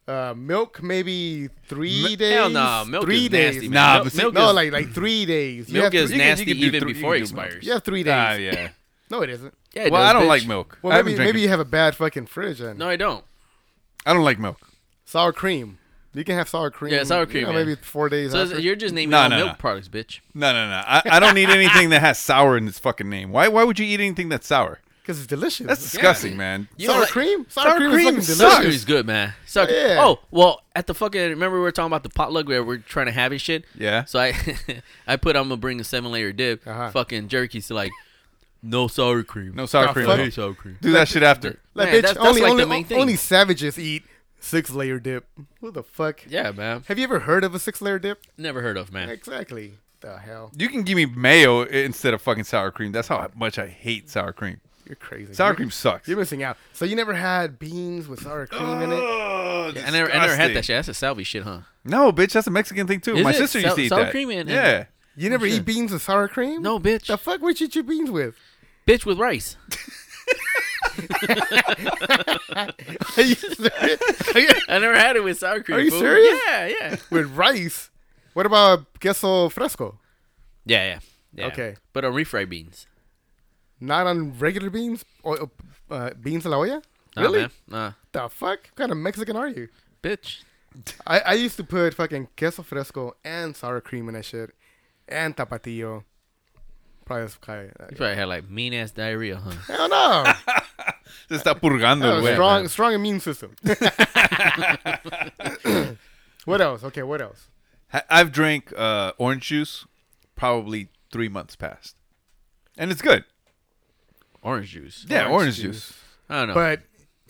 [SPEAKER 5] uh, milk, maybe three days.
[SPEAKER 6] Hell no, milk
[SPEAKER 5] three
[SPEAKER 6] is
[SPEAKER 5] days.
[SPEAKER 6] nasty. Man.
[SPEAKER 7] Nah,
[SPEAKER 6] Mil-
[SPEAKER 7] but see-
[SPEAKER 6] milk,
[SPEAKER 5] no,
[SPEAKER 6] is,
[SPEAKER 5] like like three days. You
[SPEAKER 6] milk
[SPEAKER 5] have
[SPEAKER 6] is
[SPEAKER 5] three-
[SPEAKER 6] nasty
[SPEAKER 7] you can do
[SPEAKER 6] even
[SPEAKER 7] three-
[SPEAKER 6] before it
[SPEAKER 7] you can do milk.
[SPEAKER 6] expires.
[SPEAKER 5] You have three days.
[SPEAKER 7] Ah, yeah.
[SPEAKER 5] No, it isn't.
[SPEAKER 6] Yeah, it
[SPEAKER 7] Well,
[SPEAKER 6] does,
[SPEAKER 7] I don't
[SPEAKER 6] bitch.
[SPEAKER 7] like milk. I
[SPEAKER 5] Well,
[SPEAKER 7] haven't
[SPEAKER 5] maybe
[SPEAKER 7] drank
[SPEAKER 5] maybe
[SPEAKER 7] it.
[SPEAKER 5] you have a bad fucking fridge. Then.
[SPEAKER 6] No, I don't.
[SPEAKER 7] I don't like milk.
[SPEAKER 5] sour cream. You can have sour cream.
[SPEAKER 6] Yeah, sour
[SPEAKER 5] you
[SPEAKER 6] cream,
[SPEAKER 5] know,
[SPEAKER 6] yeah.
[SPEAKER 5] maybe four days.
[SPEAKER 6] So
[SPEAKER 5] after.
[SPEAKER 6] it's- you're just naming
[SPEAKER 7] Nah,
[SPEAKER 6] all
[SPEAKER 7] nah,
[SPEAKER 6] milk
[SPEAKER 7] nah.
[SPEAKER 6] products, bitch.
[SPEAKER 7] No, no, no. I, I don't need anything that has sour in its fucking name. Why why would you eat anything that's sour?
[SPEAKER 5] Because it's delicious.
[SPEAKER 7] That's disgusting, man.
[SPEAKER 6] You
[SPEAKER 5] sour
[SPEAKER 6] don't like-
[SPEAKER 5] cream. Sour,
[SPEAKER 7] sour
[SPEAKER 5] cream, is
[SPEAKER 7] cream
[SPEAKER 5] fucking
[SPEAKER 7] sucks.
[SPEAKER 6] Sour
[SPEAKER 5] delicious.
[SPEAKER 6] cream's good, man. Sour cream.
[SPEAKER 5] Yeah.
[SPEAKER 6] Oh, well, at the fucking remember we were talking about the potluck where we're trying to have and shit.
[SPEAKER 7] Yeah.
[SPEAKER 6] So I, I put I'm gonna bring a seven layer dip.
[SPEAKER 5] Uh-huh.
[SPEAKER 6] Fucking jerky. So like, no sour cream.
[SPEAKER 7] No sour
[SPEAKER 5] The
[SPEAKER 7] cream.
[SPEAKER 5] fuck?
[SPEAKER 7] no.
[SPEAKER 6] sour cream.
[SPEAKER 7] Do that shit after.
[SPEAKER 5] Like,
[SPEAKER 6] Man,
[SPEAKER 5] bitch,
[SPEAKER 6] that's- that's
[SPEAKER 5] only,
[SPEAKER 6] like the
[SPEAKER 5] only,
[SPEAKER 6] main thing.
[SPEAKER 5] only savages eat six layer dip. Who the fuck?
[SPEAKER 6] Yeah, man.
[SPEAKER 5] Have you ever heard of a six layer dip?
[SPEAKER 6] Never heard of, man.
[SPEAKER 5] Exactly. The hell?
[SPEAKER 7] You can give me mayo i- instead of fucking sour cream. That's how much I hate sour cream.
[SPEAKER 5] You're crazy.
[SPEAKER 7] Sour
[SPEAKER 5] You're-
[SPEAKER 7] cream sucks.
[SPEAKER 5] You're missing out. So you never had beans with sour cream in it?
[SPEAKER 7] Ugh,
[SPEAKER 6] I never, I never had that
[SPEAKER 7] disgusting.
[SPEAKER 6] shit. That's a salvy shit, huh?
[SPEAKER 7] No, bitch, that's a Mexican thing too.
[SPEAKER 6] Is
[SPEAKER 7] My
[SPEAKER 6] it?
[SPEAKER 7] sister used
[SPEAKER 6] Sour-
[SPEAKER 7] to eat
[SPEAKER 6] sour
[SPEAKER 7] that.
[SPEAKER 6] cream and-
[SPEAKER 7] yeah.
[SPEAKER 5] You never eat beans with sour cream?
[SPEAKER 6] No, bitch.
[SPEAKER 5] The fuck? What you eat your beans with?
[SPEAKER 6] bitch with rice.
[SPEAKER 5] Are you serious?
[SPEAKER 6] I never had it with sour cream.
[SPEAKER 5] Are you
[SPEAKER 6] fool.
[SPEAKER 5] serious?
[SPEAKER 6] Yeah, yeah.
[SPEAKER 5] with rice? What about queso fresco?
[SPEAKER 6] Yeah, yeah. yeah.
[SPEAKER 5] Okay.
[SPEAKER 6] But on refried beans.
[SPEAKER 5] Not on regular beans? Or, uh, beans a la olla?
[SPEAKER 6] Nah,
[SPEAKER 5] really?
[SPEAKER 6] Man. Nah,
[SPEAKER 5] The fuck? What kind of Mexican are you?
[SPEAKER 6] bitch.
[SPEAKER 5] I, I used to put fucking queso fresco and sour cream in that shit, and tapatio. Probably that's kind
[SPEAKER 6] You
[SPEAKER 5] of,
[SPEAKER 6] probably had like mean ass diarrhea, huh?
[SPEAKER 5] hell no,
[SPEAKER 7] Se está purgando
[SPEAKER 5] That
[SPEAKER 7] el
[SPEAKER 5] was
[SPEAKER 7] güey.
[SPEAKER 5] strong strong immune system. what else? Okay, what else?
[SPEAKER 7] Ha- I've drank uh, orange juice probably three months past, and it's good.
[SPEAKER 6] Orange juice.
[SPEAKER 7] Yeah, orange,
[SPEAKER 5] Orange
[SPEAKER 7] juice.
[SPEAKER 6] I don't know.
[SPEAKER 5] But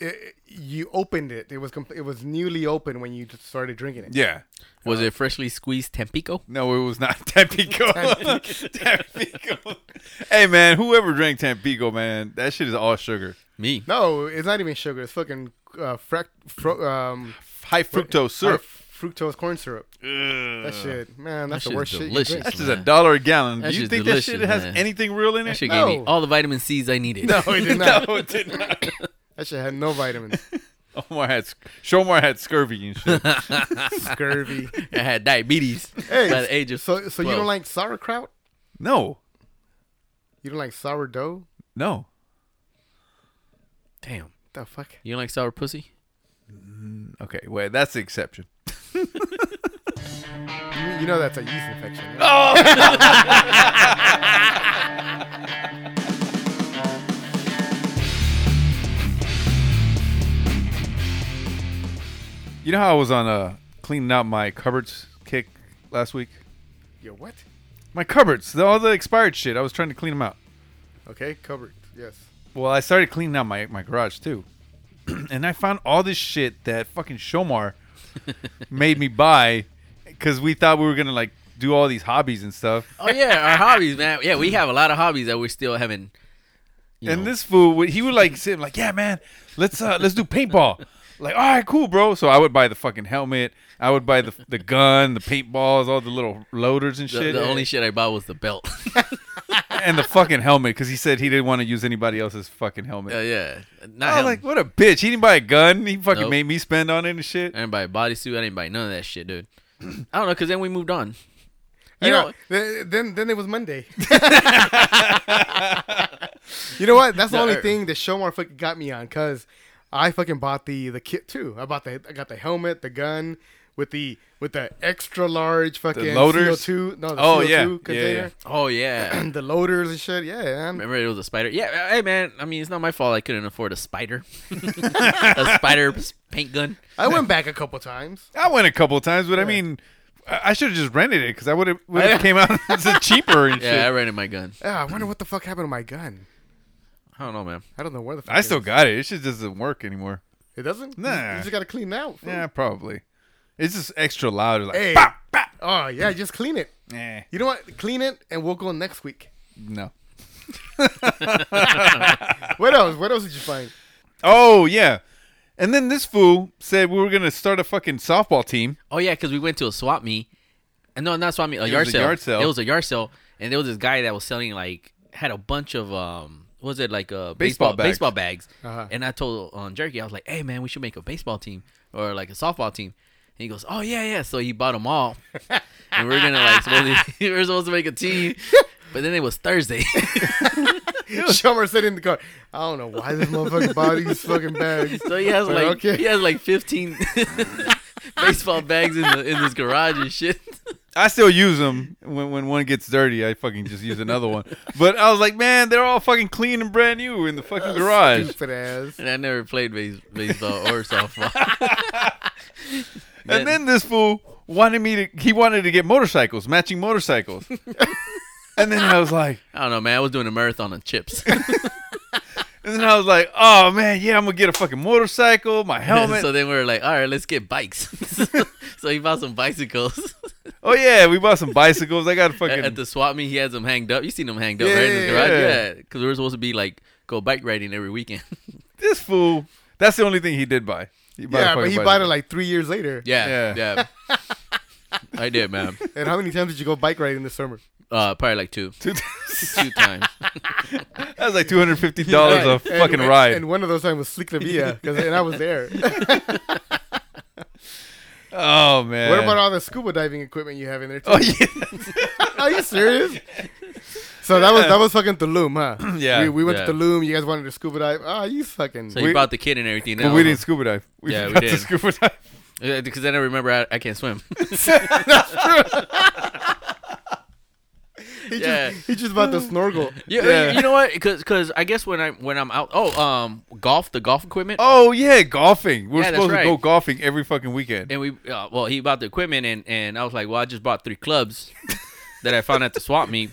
[SPEAKER 5] i i- you opened it. It was com- it was newly open when you just started drinking it.
[SPEAKER 7] Yeah.
[SPEAKER 5] uh,
[SPEAKER 6] Was it freshly squeezed Tampico?
[SPEAKER 7] No, it was not Tampico. Tampico. hey man, whoever drank Tampico, man, that shit is all sugar.
[SPEAKER 6] Me.
[SPEAKER 5] No, it's not even sugar. It's fucking uh, frac- fro- um,
[SPEAKER 7] High fructose syrup.
[SPEAKER 5] high fructose corn syrup. That shit, man, that's
[SPEAKER 6] That
[SPEAKER 5] the worst
[SPEAKER 6] shit's
[SPEAKER 5] shit. you
[SPEAKER 6] delicious.
[SPEAKER 5] drink.
[SPEAKER 7] That's just a
[SPEAKER 6] man.
[SPEAKER 7] dollar a gallon.
[SPEAKER 6] That
[SPEAKER 7] Do you
[SPEAKER 6] shit's
[SPEAKER 7] think that shit
[SPEAKER 6] delicious,
[SPEAKER 7] has
[SPEAKER 6] man.
[SPEAKER 7] anything real in
[SPEAKER 6] That
[SPEAKER 7] it?
[SPEAKER 6] shit
[SPEAKER 5] No.
[SPEAKER 6] gave me all the vitamin C's I needed.
[SPEAKER 5] No, it did not.
[SPEAKER 7] No, it did not.
[SPEAKER 5] That shit had no vitamins.
[SPEAKER 7] Omar had, sc- Shomar had scurvy and shit.
[SPEAKER 5] Scurvy.
[SPEAKER 6] I had diabetes
[SPEAKER 5] Hey,
[SPEAKER 6] by the age of
[SPEAKER 5] so so you
[SPEAKER 6] 12.
[SPEAKER 5] don't like sauerkraut?
[SPEAKER 7] no,
[SPEAKER 5] You don't like sourdough?
[SPEAKER 7] no.
[SPEAKER 6] Damn.
[SPEAKER 5] The fuck?
[SPEAKER 6] You don't like sour pussy?
[SPEAKER 7] Okay, wait, that's the exception.
[SPEAKER 5] You, you know that's a yeast infection. right?
[SPEAKER 7] You know how I was on uh, cleaning out my cupboards kick last week?
[SPEAKER 5] Yo, what?
[SPEAKER 7] My cupboards, the- all the expired shit. I was trying to clean them out.
[SPEAKER 5] Okay, covered. Yes.
[SPEAKER 7] Well, I started cleaning out my, my garage too. and I found all this shit that fucking Shomar made me buy because we thought we were going to like do all these hobbies and stuff.
[SPEAKER 6] Oh yeah, our hobbies, man. Yeah, we have a lot of hobbies that we're still having. you
[SPEAKER 7] And
[SPEAKER 6] know.
[SPEAKER 7] this fool, would- he would like sit and like, yeah, man, let's uh, let's do paintball. Like, all right, cool, bro. So I would buy the fucking helmet. I would buy the the gun, the paintballs, all the little loaders and
[SPEAKER 6] the,
[SPEAKER 7] shit.
[SPEAKER 6] the only shit I bought was the belt. Uh,
[SPEAKER 7] and the fucking helmet because he said he didn't want to use anybody else's fucking helmet.
[SPEAKER 6] Uh, yeah,
[SPEAKER 5] Oh,
[SPEAKER 6] not
[SPEAKER 7] I was
[SPEAKER 6] him.
[SPEAKER 7] like, what a bitch. He didn't buy a gun. He fucking
[SPEAKER 6] Nope.
[SPEAKER 7] made me spend on it and shit.
[SPEAKER 6] I didn't buy a bodysuit. I didn't buy none of that shit, dude. I don't know, cause then we moved on.
[SPEAKER 5] You
[SPEAKER 6] You
[SPEAKER 5] know,
[SPEAKER 6] know-
[SPEAKER 5] th- then then it was Monday. you know what? That's the
[SPEAKER 7] er.
[SPEAKER 5] only thing that Shomar fucking got me on, cause I fucking bought the the kit too. I bought the I got the helmet, the gun with the with the extra large fucking
[SPEAKER 7] loaders?
[SPEAKER 5] CO2, no, the
[SPEAKER 7] Oh,
[SPEAKER 5] CO2
[SPEAKER 7] yeah. Yeah,
[SPEAKER 5] container,
[SPEAKER 6] Oh yeah,
[SPEAKER 5] the loaders and shit. Yeah, man.
[SPEAKER 6] remember it was a spider. Yeah, uh, hey man. I mean, it's not my fault. I couldn't afford a spider, a spider paint gun.
[SPEAKER 5] I went back a couple times.
[SPEAKER 7] I went a couple of times, but I mean, I, I should have just rented it because I would have would have came out as a cheaper and
[SPEAKER 6] Yeah, I
[SPEAKER 7] shit.
[SPEAKER 6] rented my gun.
[SPEAKER 5] Yeah, I wonder what the fuck happened to my gun.
[SPEAKER 6] I don't know, man.
[SPEAKER 5] I don't know where the fuck
[SPEAKER 7] I
[SPEAKER 5] it
[SPEAKER 7] still
[SPEAKER 5] is.
[SPEAKER 7] got it. It just doesn't work anymore.
[SPEAKER 5] it doesn't. You-
[SPEAKER 7] Nah.
[SPEAKER 5] you just gotta clean it out. fool.
[SPEAKER 7] Yeah, probably. It's just extra loud. It's like,
[SPEAKER 5] Hey.
[SPEAKER 7] "Pop, pop."
[SPEAKER 5] Oh yeah, just clean it.
[SPEAKER 7] Eh,
[SPEAKER 5] You know what? Clean it, and we'll go next week.
[SPEAKER 7] no.
[SPEAKER 5] What else? What else did you find?
[SPEAKER 7] Oh yeah, and then this fool said we were gonna start a fucking softball team.
[SPEAKER 6] Oh yeah, because we went to a swap meet. Uh, No, not swap meet. A,
[SPEAKER 7] It
[SPEAKER 6] yard,
[SPEAKER 7] was a
[SPEAKER 6] sale.
[SPEAKER 7] yard sale.
[SPEAKER 6] It was a yard sale, and there was this guy that was selling like had a bunch of um, what was it like uh baseball
[SPEAKER 7] Baseball bags.
[SPEAKER 6] baseball bags. And I told um, Jerky, I was like, hey man, we should make a baseball team or like a softball team. And he goes, oh yeah, yeah. So he bought them all, and we're gonna like supposedly, we we're supposed to make a team. But then it was Thursday.
[SPEAKER 5] Shomer said in the car, I don't know why this motherfucker bought these fucking bags.
[SPEAKER 6] So he has
[SPEAKER 5] But
[SPEAKER 6] like
[SPEAKER 5] okay.
[SPEAKER 6] he has like fifteen baseball bags in the in his garage and shit.
[SPEAKER 7] I still use them when, when one gets dirty. I fucking just use another one. But I was like, man, they're all fucking clean and brand new in the fucking garage.
[SPEAKER 5] Stupid ass.
[SPEAKER 6] And I never played base- baseball or softball.
[SPEAKER 7] And then this fool wanted me to. He wanted to get motorcycles, matching motorcycles. and then I was like,
[SPEAKER 6] I don't know, man. I was doing a marathon on chips.
[SPEAKER 7] and then I was like, oh man, yeah, I'm gonna get a fucking motorcycle, my helmet.
[SPEAKER 6] so then we were like, all right, let's get bikes. so he bought some bicycles.
[SPEAKER 7] oh yeah, we bought some bicycles. I got a
[SPEAKER 6] At,
[SPEAKER 7] fucking.
[SPEAKER 6] at the swap meet, he has them hanged up. You seen them hanged up,
[SPEAKER 7] Yeah,
[SPEAKER 6] right? In his
[SPEAKER 7] yeah,
[SPEAKER 6] garage?
[SPEAKER 7] yeah.
[SPEAKER 6] Yeah, because we were supposed to be like go bike riding every weekend.
[SPEAKER 7] this fool. That's the only thing he did buy. He bought a
[SPEAKER 5] Yeah, but
[SPEAKER 7] fucking
[SPEAKER 5] he
[SPEAKER 7] bicycle.
[SPEAKER 5] bought it like three years later.
[SPEAKER 6] yeah, yeah. I did, man.
[SPEAKER 5] And how many times did you go bike riding this summer?
[SPEAKER 6] Uh, probably like two, two times.
[SPEAKER 7] That was like two hundred fifty dollars a
[SPEAKER 5] And-
[SPEAKER 7] fucking
[SPEAKER 5] and-
[SPEAKER 7] ride.
[SPEAKER 5] And one of those times was Slick La Villa, 'cause- and I was there.
[SPEAKER 7] oh man.
[SPEAKER 5] What about all the scuba diving equipment you have in there? Too?
[SPEAKER 7] Oh yeah.
[SPEAKER 5] Are you serious? So that was that was fucking Tulum, huh?
[SPEAKER 7] Yeah,
[SPEAKER 5] We, we went to
[SPEAKER 6] yeah.
[SPEAKER 5] Tulum. You guys wanted to scuba dive. Ah, you fucking.
[SPEAKER 6] So he
[SPEAKER 7] We-
[SPEAKER 6] bought the kid and everything.
[SPEAKER 7] But we didn't scuba dive. We
[SPEAKER 6] Yeah, we
[SPEAKER 7] forgot to
[SPEAKER 6] didn't.
[SPEAKER 7] scuba dive.
[SPEAKER 6] because then I remember I, I can't swim.
[SPEAKER 5] he,
[SPEAKER 6] yeah.
[SPEAKER 5] just, he just bought the snorkel.
[SPEAKER 6] Yeah,
[SPEAKER 7] Yeah.
[SPEAKER 6] You, you know what? Because I guess when I when I'm out, oh, um, golf, the golf equipment.
[SPEAKER 7] Oh yeah, golfing. We're
[SPEAKER 6] Yeah, that's
[SPEAKER 7] supposed to
[SPEAKER 6] right.
[SPEAKER 7] go golfing every fucking weekend.
[SPEAKER 6] and we uh, well he bought the equipment and and I was like well I just bought three clubs that I found at the swap meet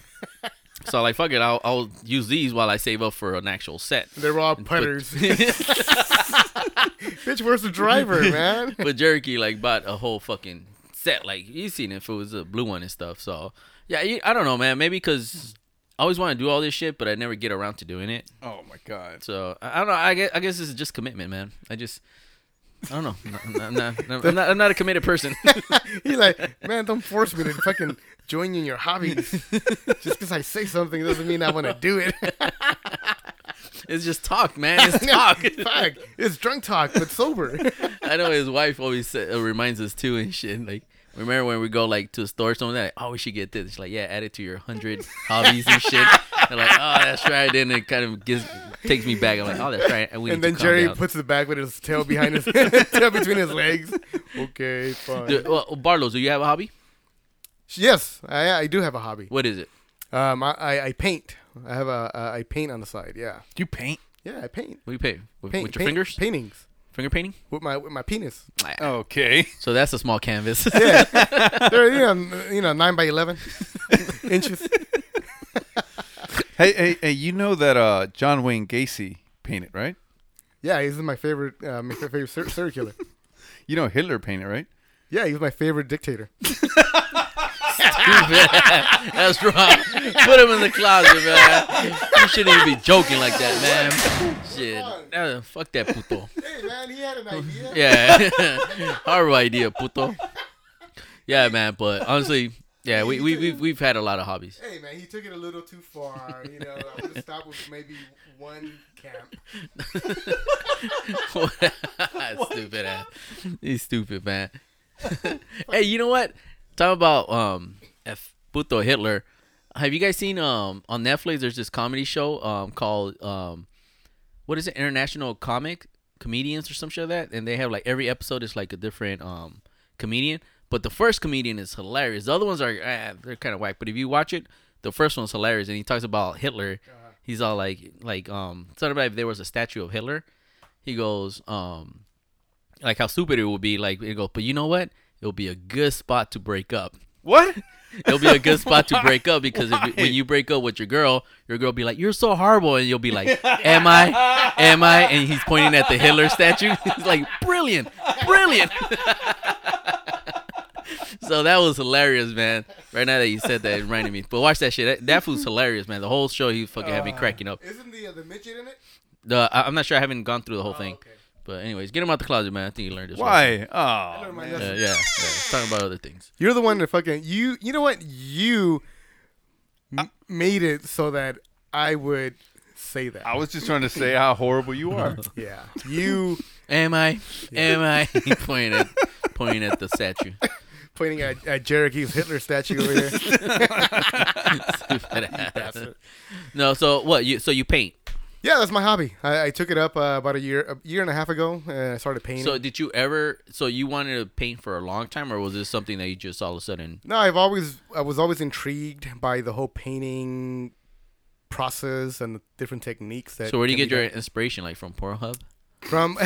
[SPEAKER 6] so like fuck it I'll, I'll use these while I save up for an actual set
[SPEAKER 5] They were all putters. Bitch, where's the driver, man?
[SPEAKER 6] but Jerky like bought a whole fucking set like you seen it if it was a blue one and stuff so yeah you- I don't know man maybe because I always want to do all this shit but I never get around to doing it
[SPEAKER 7] oh my god.
[SPEAKER 6] so I I don't know I guess I guess this is just commitment man I just I don't know. I'm not, I'm not- I'm not- I'm not a committed person.
[SPEAKER 5] He's like, man, don't force me to fucking join you in your hobbies. Just because I say something doesn't mean I want to do it.
[SPEAKER 6] it's just talk, man. It's talk.
[SPEAKER 5] Fuck. It's drunk talk, but sober.
[SPEAKER 6] I know his wife always sa uh, reminds us too and shit. Like, remember when we go like to a store or something? Like, oh, we should get this. She's like, yeah, add it to your hundred hobbies and shit. And like, oh, that's right. Then it kind of gives takes me back. I'm like, oh, that's right. We
[SPEAKER 5] and
[SPEAKER 6] need
[SPEAKER 5] then
[SPEAKER 6] to calm
[SPEAKER 5] Jerry
[SPEAKER 6] down.
[SPEAKER 5] puts it back with his tail behind his tail between his legs. Okay, fine.
[SPEAKER 6] Do- well, Barlow, do you have a hobby?
[SPEAKER 5] Yes, I, I do have a hobby.
[SPEAKER 6] What is it?
[SPEAKER 5] Um, I, I, I paint. I have a uh, I paint on the side. Yeah,
[SPEAKER 7] You paint?
[SPEAKER 5] yeah, I paint.
[SPEAKER 6] What do you paint? With,
[SPEAKER 5] Paint
[SPEAKER 6] with your
[SPEAKER 5] paint- Oh.
[SPEAKER 6] fingers?
[SPEAKER 5] Paintings
[SPEAKER 6] Finger painting?
[SPEAKER 5] with my with my penis.
[SPEAKER 7] Okay.
[SPEAKER 6] So that's a small canvas.
[SPEAKER 5] They're you know n- you know nine by eleven inches.
[SPEAKER 7] Hey, hey, hey, you know that uh, John Wayne Gacy painted, right?
[SPEAKER 5] Yeah, he's my favorite uh, my favorite cir- serial killer.
[SPEAKER 7] You know Hitler painted, right?
[SPEAKER 5] Yeah, he's my favorite dictator.
[SPEAKER 6] that's right. Put him in the closet, man. You shouldn't even be joking like that, man. Shit. Uh, fuck that puto.
[SPEAKER 5] Hey man, he had an idea.
[SPEAKER 6] Yeah. Horrible idea, puto. Yeah, man, but honestly, yeah, we, we, we've, we've had a lot of hobbies.
[SPEAKER 5] Hey man, he took it a little too far. You know, I would have stopped with maybe one camp.
[SPEAKER 6] stupid ass. He's stupid, man. hey, you know what? Talk about um F Puto Hitler. Have you guys seen um on Netflix there's this comedy show um called um what is it? International comic comedians or some shit like that? And they have like every episode is like a different um comedian. But the first comedian is hilarious. The other ones are eh, they're kind of whack. But if you watch it, the first one's hilarious, and he talks about Hitler. He's all like, like um, something about if there was a statue of Hitler, he goes, um, like how stupid it would be. Like it goes, but you know what? It'll be a good spot to break up.
[SPEAKER 7] What?
[SPEAKER 6] It'll be a good spot to break up because if,
[SPEAKER 7] Why?
[SPEAKER 6] when you break up with your girl, your girl be like, "You're so horrible," and you'll be like, "Am I? Am I?" And he's pointing at the Hitler statue. He's like, "Brilliant, brilliant." so that was hilarious, man. Right now that you said that, it reminded me. But watch that shit. That, that fool's hilarious, man. The whole show, he fucking had me cracking up.
[SPEAKER 5] Isn't the uh, the midget in it?
[SPEAKER 6] The, I, I'm not sure. I haven't gone through the whole thing.
[SPEAKER 5] okay.
[SPEAKER 6] But anyways, get him out the closet, man. I think you learned this.
[SPEAKER 7] Why? Oh,
[SPEAKER 5] Never mind,
[SPEAKER 6] Uh,
[SPEAKER 5] that's-
[SPEAKER 6] yeah, yeah. Talking about other things.
[SPEAKER 5] You're the one that fucking you. You know what? You m- made it so that I would say that.
[SPEAKER 7] I was just trying to say how horrible you are.
[SPEAKER 5] yeah, you
[SPEAKER 6] Am I? Am I? pointing at pointing at the statue.
[SPEAKER 5] pointing at, at Jericho's Hitler statue over here.
[SPEAKER 6] no, so what? You so you paint?
[SPEAKER 5] yeah, that's my hobby. I, I took it up uh, about a year, a year and a half ago, and I started painting.
[SPEAKER 6] So did you ever? So you wanted to paint for a long time, or was this something that you just all of a sudden?
[SPEAKER 5] no, I've always I was always intrigued by the whole painting process and the different techniques that.
[SPEAKER 6] So where do you
[SPEAKER 5] can
[SPEAKER 6] get
[SPEAKER 5] be
[SPEAKER 6] your
[SPEAKER 5] done.
[SPEAKER 6] inspiration, like from Pornhub?
[SPEAKER 5] from?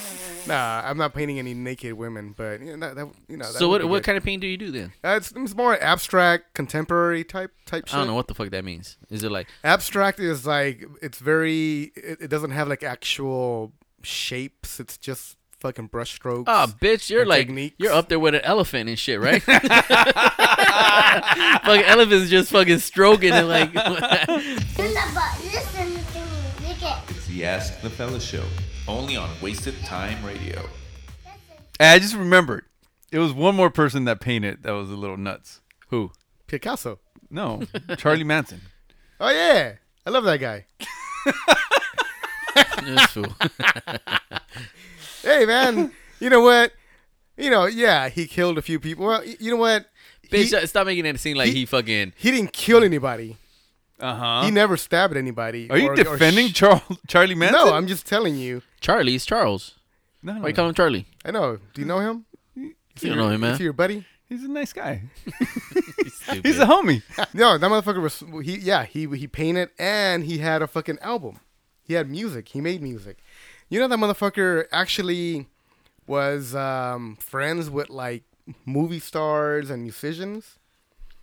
[SPEAKER 5] nah, I'm not painting any naked women, but you know that, that you know. That
[SPEAKER 6] So
[SPEAKER 5] would
[SPEAKER 6] what
[SPEAKER 5] be
[SPEAKER 6] what
[SPEAKER 5] good.
[SPEAKER 6] kind of paint do you do then?
[SPEAKER 5] Uh, it's, it's more abstract, contemporary type type. Shit.
[SPEAKER 6] I don't know what the fuck that means. Is it like
[SPEAKER 5] Abstract is like it's very. It, it doesn't have like actual shapes. It's just fucking brush strokes.
[SPEAKER 6] Oh, bitch, you're
[SPEAKER 5] and
[SPEAKER 6] like
[SPEAKER 5] techniques.
[SPEAKER 6] you're up there with an elephant and shit, right? fucking elephants just fucking stroking it like
[SPEAKER 8] Listen to me, look at
[SPEAKER 1] It's the Ask the Fella Show, only on Wasted Time Radio.
[SPEAKER 7] I just remembered. It was one more person that painted that was a little nuts.
[SPEAKER 6] who?
[SPEAKER 5] Picasso.
[SPEAKER 7] No, Charlie Manson.
[SPEAKER 5] Oh yeah, I love that guy.
[SPEAKER 6] This fool.
[SPEAKER 5] Hey man, you know what? You know, yeah, he killed a few people. Well, y- you know what? He,
[SPEAKER 6] bitch, stop making it seem like he,
[SPEAKER 5] he-
[SPEAKER 6] fucking
[SPEAKER 5] he didn't kill anybody.
[SPEAKER 7] Uh huh.
[SPEAKER 5] He never stabbed anybody.
[SPEAKER 7] Are you
[SPEAKER 5] or- or
[SPEAKER 7] defending
[SPEAKER 5] sh-
[SPEAKER 7] Charles, Charlie Manson?
[SPEAKER 5] no, I'm just telling you.
[SPEAKER 6] Charlie's Charles.
[SPEAKER 7] No, no,
[SPEAKER 6] Why you
[SPEAKER 7] no.
[SPEAKER 6] call him Charlie?
[SPEAKER 5] I know. Do you know him?
[SPEAKER 6] You don't know him,
[SPEAKER 5] Is
[SPEAKER 6] man.
[SPEAKER 5] he your buddy?
[SPEAKER 7] He's a nice guy.
[SPEAKER 6] Stupid.
[SPEAKER 7] He's a homie.
[SPEAKER 5] No, that motherfucker was he. Yeah, he he painted and he had a fucking album. He had music. He made music. You know that motherfucker actually was um, friends with like movie stars and musicians.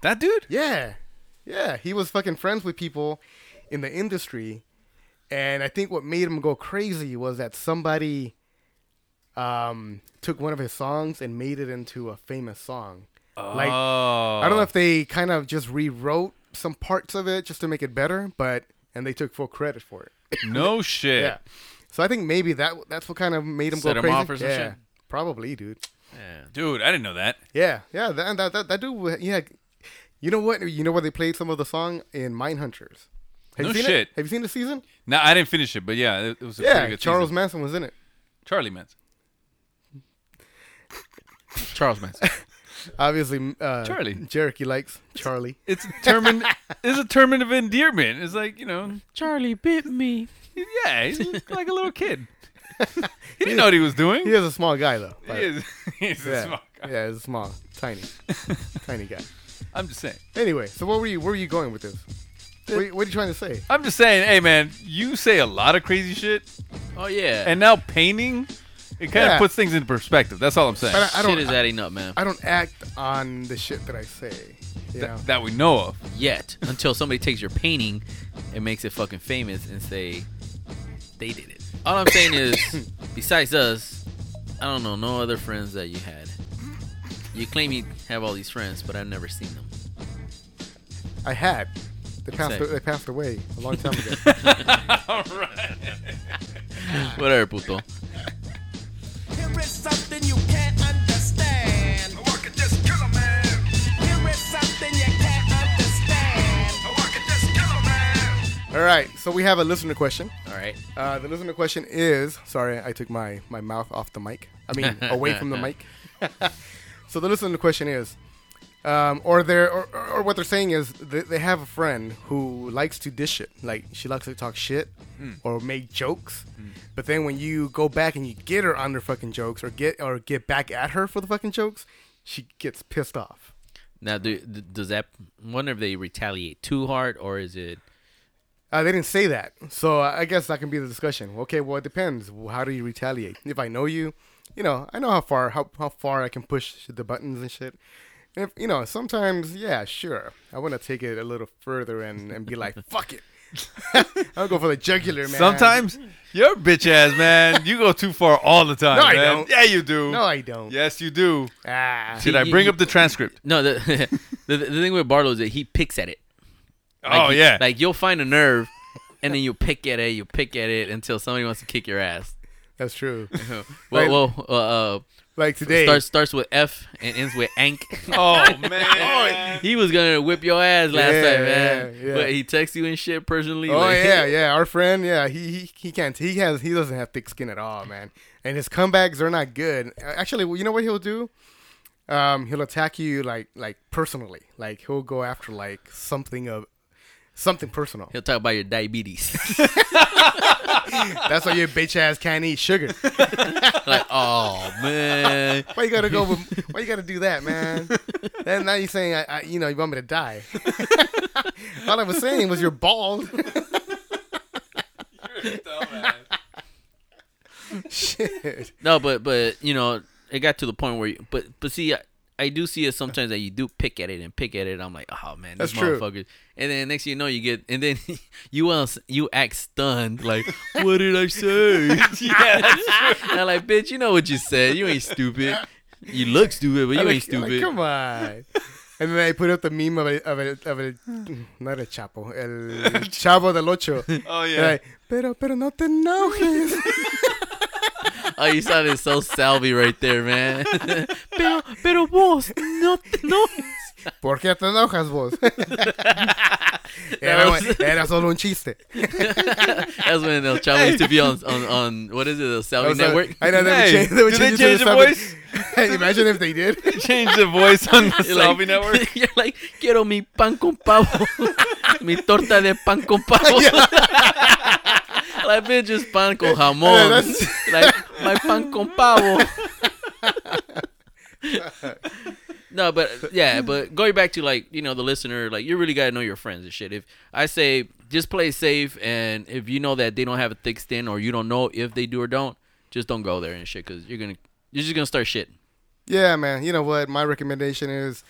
[SPEAKER 7] That dude.
[SPEAKER 5] Yeah, yeah, he was fucking friends with people in the industry, and I think what made him go crazy was that somebody um, took one of his songs and made it into a famous song. Like
[SPEAKER 7] Oh.
[SPEAKER 5] I don't know if they kind of just rewrote some parts of it just to make it better, but and they took full credit for it.
[SPEAKER 7] No shit.
[SPEAKER 5] Yeah. So I think maybe that that's what kind of made him
[SPEAKER 6] Set
[SPEAKER 5] go
[SPEAKER 6] him
[SPEAKER 5] crazy.
[SPEAKER 6] off or some
[SPEAKER 5] yeah.
[SPEAKER 6] shit?
[SPEAKER 5] Probably, dude.
[SPEAKER 7] Dude, I didn't know that.
[SPEAKER 5] Yeah, yeah. That that that, that dude. wa- Yeah, you know what? You know where they played some of the song in Mine Hunters. Have
[SPEAKER 7] No
[SPEAKER 5] you seen It?
[SPEAKER 7] shit.
[SPEAKER 5] Have you seen the season?
[SPEAKER 7] No, I didn't finish it, but yeah, it, it was a pretty
[SPEAKER 5] Yeah,
[SPEAKER 7] good
[SPEAKER 5] Charles
[SPEAKER 7] season.
[SPEAKER 5] Manson was in it.
[SPEAKER 7] Charlie Manson. Charles Manson.
[SPEAKER 5] Obviously, uh,
[SPEAKER 7] Charlie.
[SPEAKER 5] Jericho likes Charlie.
[SPEAKER 7] It's a term. in- it's a term of endearment. It's like you know,
[SPEAKER 6] Charlie bit me.
[SPEAKER 7] yeah, he's like a little kid. he didn't know what he was doing.
[SPEAKER 5] He is a small guy though.
[SPEAKER 7] He
[SPEAKER 5] but-
[SPEAKER 7] is. He's a
[SPEAKER 5] yeah,
[SPEAKER 7] small guy.
[SPEAKER 5] yeah, he's small, tiny, tiny guy.
[SPEAKER 7] I'm just saying.
[SPEAKER 5] Anyway, so what were you? Where were you going with this? What, what are you trying to say?
[SPEAKER 7] I'm just saying. Hey, man, you say a lot of crazy shit,
[SPEAKER 6] Oh yeah.
[SPEAKER 7] and now painting, it kind of
[SPEAKER 5] Yeah.
[SPEAKER 7] puts things in perspective. That's all I'm saying.
[SPEAKER 5] But I, I
[SPEAKER 6] shit
[SPEAKER 5] don't.
[SPEAKER 6] is adding up, man.
[SPEAKER 5] I don't act on the shit that I say. You know?
[SPEAKER 7] that we know of.
[SPEAKER 6] Yet until somebody takes your painting and makes it fucking famous and say they did it. All I'm saying is, besides us, I don't know no other friends that you had. You claim you have all these friends, but I've never seen them.
[SPEAKER 5] I had. They passed.
[SPEAKER 6] Same.
[SPEAKER 5] They passed away a long time ago.
[SPEAKER 6] Whatever, puto.
[SPEAKER 8] Here is something you can't understand. I work at this killer man. Here is something you can't understand. I work at this killer man.
[SPEAKER 5] All right. So we have a listener question.
[SPEAKER 6] All right.
[SPEAKER 5] Uh, the listener question is sorry, I took my, my mouth off the mic. I mean, away from the mic. so the listener question is, um, or they're or, or what they're saying is they, they have a friend who likes to dish it, like she likes to talk shit or make jokes, but then when you go back and you get her on her fucking jokes or get or get back at her for the fucking jokes, she gets pissed off.
[SPEAKER 6] Now, do, d- does that? Wonder if they retaliate too hard, or is it?
[SPEAKER 5] Uh, they didn't say that, so uh, I I guess that can be the discussion. Okay, well it depends. How do you retaliate? If I know you, you know I know how far how how far I can push the buttons and shit. And if you know, sometimes yeah, sure, I want to take it a little further and and be like, fuck it, I'll go for the jugular, man.
[SPEAKER 7] Sometimes you're a bitch ass man. You go too far all the time.
[SPEAKER 5] No, I
[SPEAKER 7] man.
[SPEAKER 5] don't.
[SPEAKER 7] Yeah, you do.
[SPEAKER 5] no, I don't.
[SPEAKER 7] Yes, you do.
[SPEAKER 5] Ah,
[SPEAKER 7] Did I
[SPEAKER 6] you-
[SPEAKER 7] bring
[SPEAKER 6] you-
[SPEAKER 7] up the transcript?
[SPEAKER 6] No, the the, the thing with Barlow is that he picks at it. Like
[SPEAKER 7] oh
[SPEAKER 6] he-
[SPEAKER 7] yeah.
[SPEAKER 6] like you'll find a nerve, and then you pick at it, you pick at it until somebody wants to kick your ass.
[SPEAKER 5] that's true. Like-
[SPEAKER 6] Well, well, uh,
[SPEAKER 5] Like
[SPEAKER 6] uh,
[SPEAKER 5] today,
[SPEAKER 6] starts starts with F and ends with ank.
[SPEAKER 7] oh man.
[SPEAKER 6] He was gonna whip your ass last
[SPEAKER 5] Yeah,
[SPEAKER 6] time, man.
[SPEAKER 5] yeah, yeah.
[SPEAKER 6] But he texts you and shit personally.
[SPEAKER 5] Oh
[SPEAKER 6] like-
[SPEAKER 5] yeah, yeah. Our friend, yeah, he, he he can't. He has he doesn't have thick skin at all, man. And his comebacks are not good. Actually, well, you know what he'll do? Um, he'll attack you like like personally. Like he'll go after like something of something personal.
[SPEAKER 6] He'll talk about your diabetes.
[SPEAKER 5] That's why your bitch ass can't eat sugar.
[SPEAKER 6] like, oh man,
[SPEAKER 5] Why you gotta go? With, why you gotta do that, man? Then now you're saying, I, I you know, you want me to die? all I was saying was you're bald. Shit.
[SPEAKER 6] no, but but you know, it got to the point where, you, but but see. I, I do see it sometimes that you do pick at it and pick at it. I'm like, oh man,
[SPEAKER 5] That's
[SPEAKER 6] this
[SPEAKER 5] true.
[SPEAKER 6] motherfucker. And then next thing you know, you get, and then you else you act stunned, like, what did I say?
[SPEAKER 7] yeah, that's
[SPEAKER 6] And I'm like, bitch, you know what you said. You ain't stupid. You look stupid, but you
[SPEAKER 5] I'm
[SPEAKER 6] ain't
[SPEAKER 5] like- I'm like,
[SPEAKER 6] stupid.
[SPEAKER 5] come on. And then I put up the meme of a, of a, of a not a chapo, el chavo del ocho.
[SPEAKER 7] Oh yeah.
[SPEAKER 5] Like, pero, pero no te enojes.
[SPEAKER 6] Oh, you sounded so salvy right there, man. pero, pero vos, no, no.
[SPEAKER 5] ¿Por qué te enojas vos?
[SPEAKER 6] That
[SPEAKER 5] era,
[SPEAKER 6] was-
[SPEAKER 5] era solo un chiste.
[SPEAKER 6] That's when El Chavo used to be on, on, on what is it, the Salvi
[SPEAKER 5] Also,
[SPEAKER 6] Network?
[SPEAKER 5] I know they would
[SPEAKER 7] Hey,
[SPEAKER 5] change, they would
[SPEAKER 7] did they
[SPEAKER 5] change, it to
[SPEAKER 7] change the voice?
[SPEAKER 5] something- Imagine if they did.
[SPEAKER 7] Change the voice on the
[SPEAKER 6] You're like-
[SPEAKER 7] Salvi Network.
[SPEAKER 6] You're like, quiero mi pan con pavo. mi torta de pan con pavo. like, bitch, is pan con
[SPEAKER 5] Yeah,
[SPEAKER 6] jamón.
[SPEAKER 5] that's-
[SPEAKER 6] like, my pan con pavo. no, but yeah, but going back to like, you know, the listener, like, you really got to know your friends and shit. If I say, just play safe, and if you know that they don't have a thick skin or you don't know if they do or don't, just don't go there and shit because you're going to, you're just going to start shit.
[SPEAKER 5] Yeah, man. You know what? My recommendation is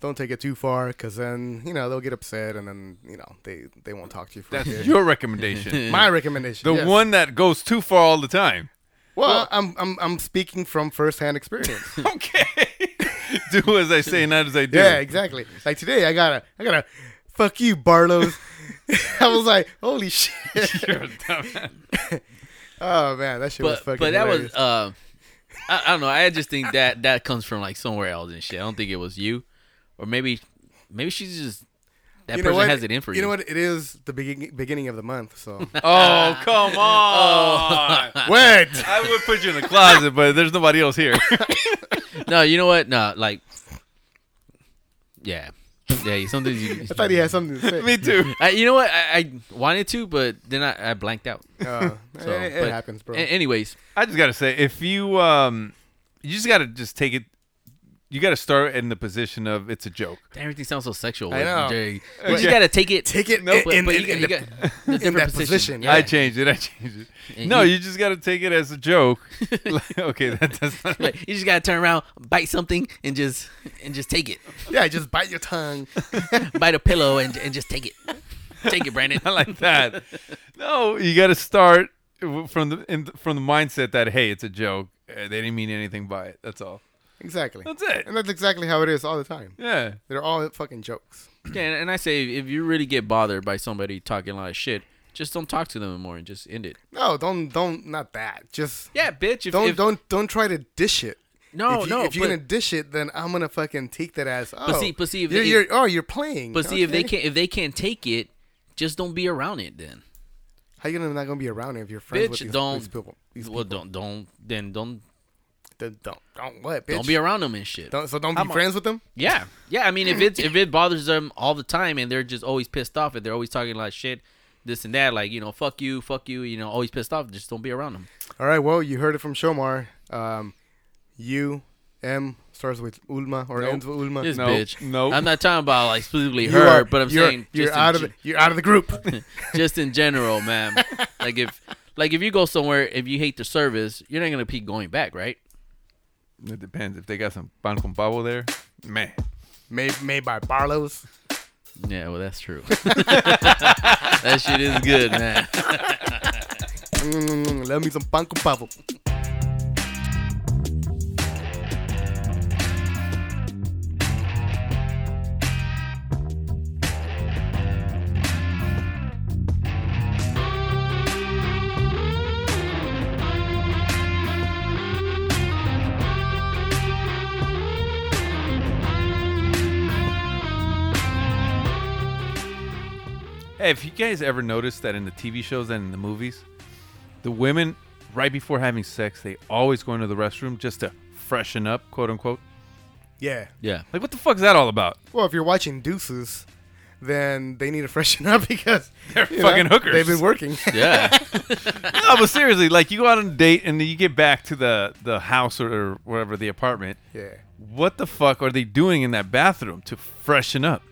[SPEAKER 5] don't take it too far because then, you know, they'll get upset and then, you know, they, they won't talk to you for a bit.
[SPEAKER 7] That's your recommendation.
[SPEAKER 5] My recommendation.
[SPEAKER 7] The
[SPEAKER 5] yes.
[SPEAKER 7] one that goes too far all the time.
[SPEAKER 5] Well, I'm I'm I'm speaking from firsthand experience.
[SPEAKER 7] Okay. do as I say, not as I do.
[SPEAKER 5] yeah, exactly. Like today, I gotta I gotta fuck you, Barlow's. I was like, holy shit!
[SPEAKER 7] You're a dumbass.
[SPEAKER 5] Oh man, that shit was
[SPEAKER 6] but
[SPEAKER 5] fucking.
[SPEAKER 6] but that
[SPEAKER 5] hilarious.
[SPEAKER 6] was uh, I, I don't know. I just think that that comes from like somewhere else and shit. I don't think it was you, or maybe maybe she's just that person has it in for you.
[SPEAKER 5] You know what? It is the begin- beginning of the month, so
[SPEAKER 7] Oh, come on.
[SPEAKER 5] what?
[SPEAKER 7] I would put you in the closet, but there's nobody else here.
[SPEAKER 6] No, you know what? No, like yeah, yeah. Sometimes you.
[SPEAKER 5] I thought he had something to say.
[SPEAKER 7] Me too.
[SPEAKER 6] I, you know what? I, I wanted to, but then I, I blanked out.
[SPEAKER 5] Uh, it,
[SPEAKER 6] So,
[SPEAKER 5] it
[SPEAKER 6] but-
[SPEAKER 5] happens, bro.
[SPEAKER 6] a- anyways,
[SPEAKER 7] I just gotta say, if you um, you just gotta just take it. You gotta start in the position of it's a joke.
[SPEAKER 6] everything sounds so sexual.
[SPEAKER 5] I know.
[SPEAKER 6] You just
[SPEAKER 7] Okay.
[SPEAKER 6] gotta take it.
[SPEAKER 5] Take it
[SPEAKER 6] No, but,
[SPEAKER 5] in-
[SPEAKER 6] but
[SPEAKER 5] in-
[SPEAKER 6] you, got-
[SPEAKER 5] in
[SPEAKER 6] you
[SPEAKER 5] the-
[SPEAKER 6] got
[SPEAKER 5] in
[SPEAKER 6] different
[SPEAKER 5] that
[SPEAKER 6] position.
[SPEAKER 5] position,
[SPEAKER 6] Yeah.
[SPEAKER 7] I changed it. I changed it.
[SPEAKER 6] And
[SPEAKER 7] No,
[SPEAKER 6] you-
[SPEAKER 7] you just gotta take it as a joke. Like, okay, that, that's not.
[SPEAKER 6] Like, you just gotta turn around, bite something, and just and just take it.
[SPEAKER 5] yeah, just bite your tongue.
[SPEAKER 6] bite a pillow and, and just take it. Take it, Brandon.
[SPEAKER 7] I like that. No, you got to start w- from the in, from the mindset that hey, it's a joke. Uh, They didn't mean anything by it. That's all.
[SPEAKER 5] Exactly.
[SPEAKER 7] That's it.
[SPEAKER 5] And that's exactly how it is all the time.
[SPEAKER 7] Yeah.
[SPEAKER 5] They're all fucking jokes.
[SPEAKER 6] Yeah, and, and I say if you really get bothered by somebody talking a lot of shit, just don't talk to them anymore and just end it.
[SPEAKER 5] No, don't don't not that. Just
[SPEAKER 6] Yeah, bitch. If,
[SPEAKER 5] don't
[SPEAKER 6] if-
[SPEAKER 5] don't don't try to dish it.
[SPEAKER 6] No,
[SPEAKER 5] if you,
[SPEAKER 6] no,
[SPEAKER 5] If you're
[SPEAKER 6] but-
[SPEAKER 5] gonna dish it, then I'm gonna fucking take that ass. Oh,
[SPEAKER 6] see- but see if
[SPEAKER 5] you're,
[SPEAKER 6] they-
[SPEAKER 5] you're oh you're playing.
[SPEAKER 6] But see if they
[SPEAKER 5] Okay.
[SPEAKER 6] can't if they can't take it, just don't be around it then.
[SPEAKER 5] how you gonna not gonna be around if you're friends with
[SPEAKER 6] bitch,
[SPEAKER 5] these,
[SPEAKER 6] don't.
[SPEAKER 5] these people? These
[SPEAKER 6] well, don't don't then don't
[SPEAKER 5] Then don't don't what bitch?
[SPEAKER 6] don't be around them and shit.
[SPEAKER 5] Don't- so don't be friends with them.
[SPEAKER 6] Yeah, yeah. I mean, if it's if it bothers them all the time and they're just always pissed off and they're always talking like shit, this and that, like you know, fuck you, fuck you, you know, always pissed off. Just don't be around them.
[SPEAKER 5] All right. Well, you heard it from Shomar. Um, U M starts with Ulma or ends with Ulma.
[SPEAKER 6] This
[SPEAKER 7] Nope,
[SPEAKER 6] bitch.
[SPEAKER 7] nope.
[SPEAKER 6] I'm not talking about like specifically
[SPEAKER 5] You
[SPEAKER 6] her,
[SPEAKER 5] are-
[SPEAKER 6] but I'm
[SPEAKER 5] you're,
[SPEAKER 6] saying
[SPEAKER 5] you're
[SPEAKER 6] just in
[SPEAKER 5] out of
[SPEAKER 6] ge-
[SPEAKER 5] the, you're out of the group.
[SPEAKER 6] just in general, man. like if like if you go somewhere, if you hate the service, you're not gonna keep going back, right?
[SPEAKER 7] It depends if they got some pan con pavo there. Man,
[SPEAKER 5] made made by Barlow's.
[SPEAKER 6] Yeah, well that's true. that shit is good, man.
[SPEAKER 5] Mm, let me some pan con pavo.
[SPEAKER 7] hey, if you guys ever noticed that in the TV shows and in the movies, the women right before having sex, they always go into the restroom just to freshen up, quote unquote.
[SPEAKER 5] Yeah.
[SPEAKER 6] Yeah.
[SPEAKER 7] Like, what the fuck's that all about?
[SPEAKER 5] Well, if you're watching Deuces, then they need to freshen up because they're
[SPEAKER 7] fucking hookers.
[SPEAKER 5] They've been working.
[SPEAKER 6] Yeah.
[SPEAKER 7] no, but seriously, like you go out on a date and then you get back to the the house or, or whatever the apartment.
[SPEAKER 5] yeah.
[SPEAKER 7] What the fuck are they doing in that bathroom to freshen up?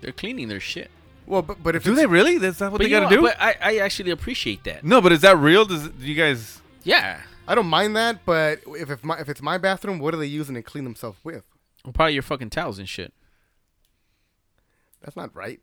[SPEAKER 6] They're cleaning their shit.
[SPEAKER 5] Well, but, but if
[SPEAKER 7] Do
[SPEAKER 5] it's,
[SPEAKER 7] they really? That's not what
[SPEAKER 6] But
[SPEAKER 7] they
[SPEAKER 6] you
[SPEAKER 7] got to
[SPEAKER 6] know,
[SPEAKER 7] do.
[SPEAKER 6] But I, I actually appreciate that.
[SPEAKER 7] no, but is that real? Does do you guys?
[SPEAKER 6] Yeah.
[SPEAKER 5] I don't mind that. But if if, my, if it's my bathroom, what are they using to clean themselves with?
[SPEAKER 6] Well, probably your fucking towels and shit.
[SPEAKER 5] That's not right.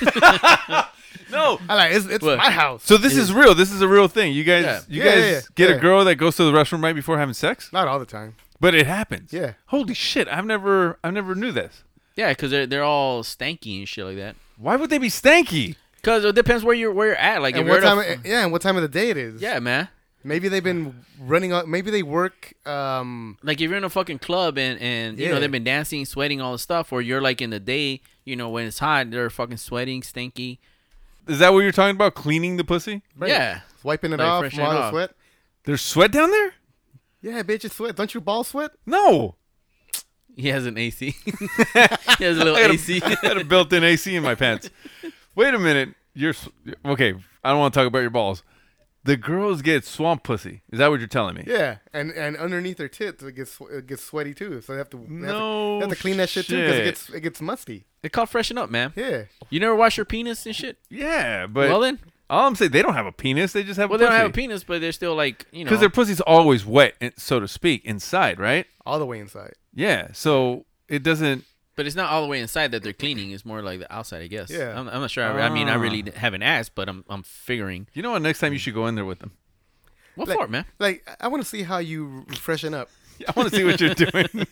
[SPEAKER 7] No.
[SPEAKER 5] I like it's, it's
[SPEAKER 6] What?
[SPEAKER 5] my house.
[SPEAKER 7] So this is real. This is a real thing. You guys,
[SPEAKER 6] Yeah.
[SPEAKER 7] you
[SPEAKER 5] Yeah,
[SPEAKER 7] guys
[SPEAKER 5] yeah, yeah.
[SPEAKER 7] get
[SPEAKER 5] Yeah.
[SPEAKER 7] a girl that goes to the restroom right before having sex,
[SPEAKER 5] not all the time.
[SPEAKER 7] but it happens.
[SPEAKER 5] Yeah.
[SPEAKER 7] Holy shit! I've never, I've never knew this.
[SPEAKER 6] Yeah, because they're they're all stanky and shit like that.
[SPEAKER 7] Why would they be stanky?
[SPEAKER 6] Because it depends where you're where you're at. Like
[SPEAKER 5] And
[SPEAKER 6] if
[SPEAKER 5] what
[SPEAKER 6] you're at
[SPEAKER 5] time?
[SPEAKER 6] a-
[SPEAKER 5] yeah, and what time of the day it is?
[SPEAKER 6] yeah, man.
[SPEAKER 5] Maybe they've been running. on Maybe they work. Um.
[SPEAKER 6] like if you're in a fucking club and and you
[SPEAKER 5] Yeah.
[SPEAKER 6] know they've been dancing, sweating, all this stuff, or you're like in the day, you know when it's hot, they're fucking sweating, stinky.
[SPEAKER 7] Is that what you're talking about? Cleaning the pussy?
[SPEAKER 6] Yeah,
[SPEAKER 5] Wiping it
[SPEAKER 6] Like
[SPEAKER 5] off, from
[SPEAKER 6] freshening
[SPEAKER 5] all
[SPEAKER 6] it
[SPEAKER 5] the
[SPEAKER 6] off.
[SPEAKER 5] sweat.
[SPEAKER 7] There's sweat down there?
[SPEAKER 5] Yeah, bitch, it's sweat. Don't you ball sweat?
[SPEAKER 7] No.
[SPEAKER 6] he has an AC. he has a little
[SPEAKER 7] I got a-
[SPEAKER 6] AC.
[SPEAKER 7] I had a built-in AC in my pants. Wait a minute. You're s- okay. I don't want to talk about your balls. The girls get swamp pussy. Is that what you're telling me?
[SPEAKER 5] Yeah, and and underneath their tits it gets swe- it gets sweaty too. So they have to they have to- they have to,
[SPEAKER 7] No
[SPEAKER 5] clean that shit, too because it
[SPEAKER 7] shit.
[SPEAKER 5] gets it gets musty.
[SPEAKER 6] they call freshen up, man.
[SPEAKER 5] Yeah,
[SPEAKER 6] You never wash your penis and shit.
[SPEAKER 7] Yeah, but
[SPEAKER 6] well then,
[SPEAKER 7] all I'm saying, they don't have a penis. They just have.
[SPEAKER 6] well
[SPEAKER 7] a
[SPEAKER 6] they
[SPEAKER 7] pussy.
[SPEAKER 6] don't have a penis, but they're still like you know.
[SPEAKER 7] because their pussy's always wet, in- so to speak, inside, right?
[SPEAKER 5] all the way inside.
[SPEAKER 7] Yeah. So it doesn't.
[SPEAKER 6] but it's not all the way inside that they're cleaning. It's more like the outside, I guess.
[SPEAKER 5] Yeah.
[SPEAKER 6] I'm, I'm not sure. I, I mean, I really haven't asked, but I'm I'm figuring.
[SPEAKER 7] You know what? Next time you should go in there with them.
[SPEAKER 6] What
[SPEAKER 5] Like-
[SPEAKER 6] for, man?
[SPEAKER 5] Like I want to see how you freshen up.
[SPEAKER 7] I want to see what you're doing.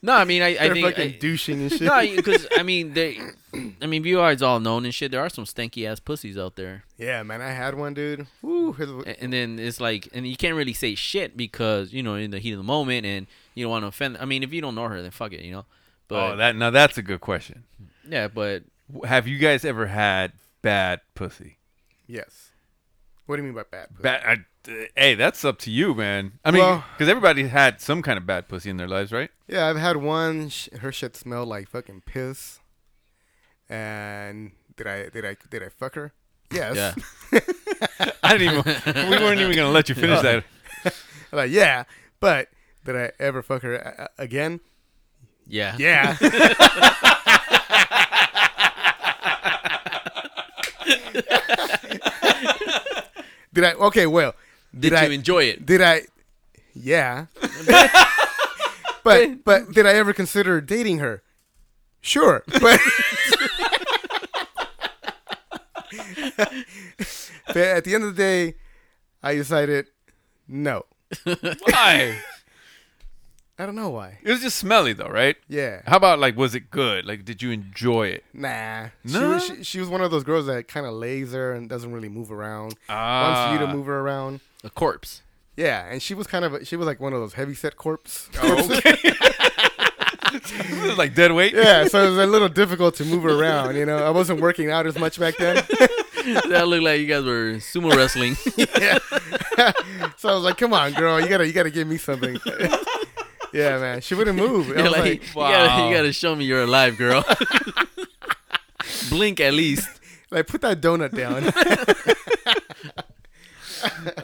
[SPEAKER 6] No, I mean, I, I
[SPEAKER 5] They're
[SPEAKER 6] think
[SPEAKER 5] fucking
[SPEAKER 6] I-
[SPEAKER 5] douching and shit.
[SPEAKER 6] no, because I mean, they, I mean, VR is all known and shit. There are some stanky ass pussies out there,
[SPEAKER 5] yeah, man, I had one, dude. Woo, his-
[SPEAKER 6] A- and then it's like, and you can't really say shit because you know in the heat of the moment, and you don't want to offend. I mean, if you don't know her, then fuck it, you know. But
[SPEAKER 7] Oh, that now that's a good question.
[SPEAKER 6] yeah, but
[SPEAKER 7] Have you guys ever had bad pussy?
[SPEAKER 5] yes. What do you mean by bad? pussy?
[SPEAKER 7] Bad. I, hey, that's up to you, man. I mean,
[SPEAKER 5] Well-
[SPEAKER 7] because everybody's had some kind of bad pussy in their lives, right?
[SPEAKER 5] Yeah, I've had one. Sh- her shit smelled like fucking piss. And did I did I did I fuck her? Yes.
[SPEAKER 6] yeah,
[SPEAKER 7] I didn't even. we weren't even gonna let you finish that.
[SPEAKER 5] I'm like yeah, but did I ever fuck her a- a- again?
[SPEAKER 6] yeah,
[SPEAKER 5] Yeah. did I? Okay, well,
[SPEAKER 6] Did,
[SPEAKER 5] I-
[SPEAKER 6] you enjoy it?
[SPEAKER 5] did I? Yeah. but but did I ever consider dating her? Sure, but. but at the end of the day, I decided no.
[SPEAKER 7] Why?
[SPEAKER 5] I don't know why.
[SPEAKER 7] It was just smelly though, right?
[SPEAKER 5] Yeah.
[SPEAKER 7] How about like, was it good? Like, did you enjoy it?
[SPEAKER 5] Nah. She,
[SPEAKER 7] No?
[SPEAKER 5] was, she, she was one of those girls that kind of lays there and doesn't really move around. Wants you
[SPEAKER 7] Ah.
[SPEAKER 5] to move her around.
[SPEAKER 6] A corpse.
[SPEAKER 5] Yeah, and she was kind of a, she was like one of those heavy set corpse.
[SPEAKER 7] It was like dead weight.
[SPEAKER 5] yeah, so it was a little difficult to move her around. You know, I wasn't working out as much back then,
[SPEAKER 6] that looked like you guys were sumo wrestling.
[SPEAKER 5] so I was like, "Come on, girl, you gotta you gotta give me something." yeah, man, she wouldn't move. I
[SPEAKER 6] You're
[SPEAKER 5] was
[SPEAKER 6] like,
[SPEAKER 5] like,
[SPEAKER 6] you, gotta,
[SPEAKER 7] wow.
[SPEAKER 6] you gotta show me you're alive, girl. Blink at least.
[SPEAKER 5] like, put that donut down.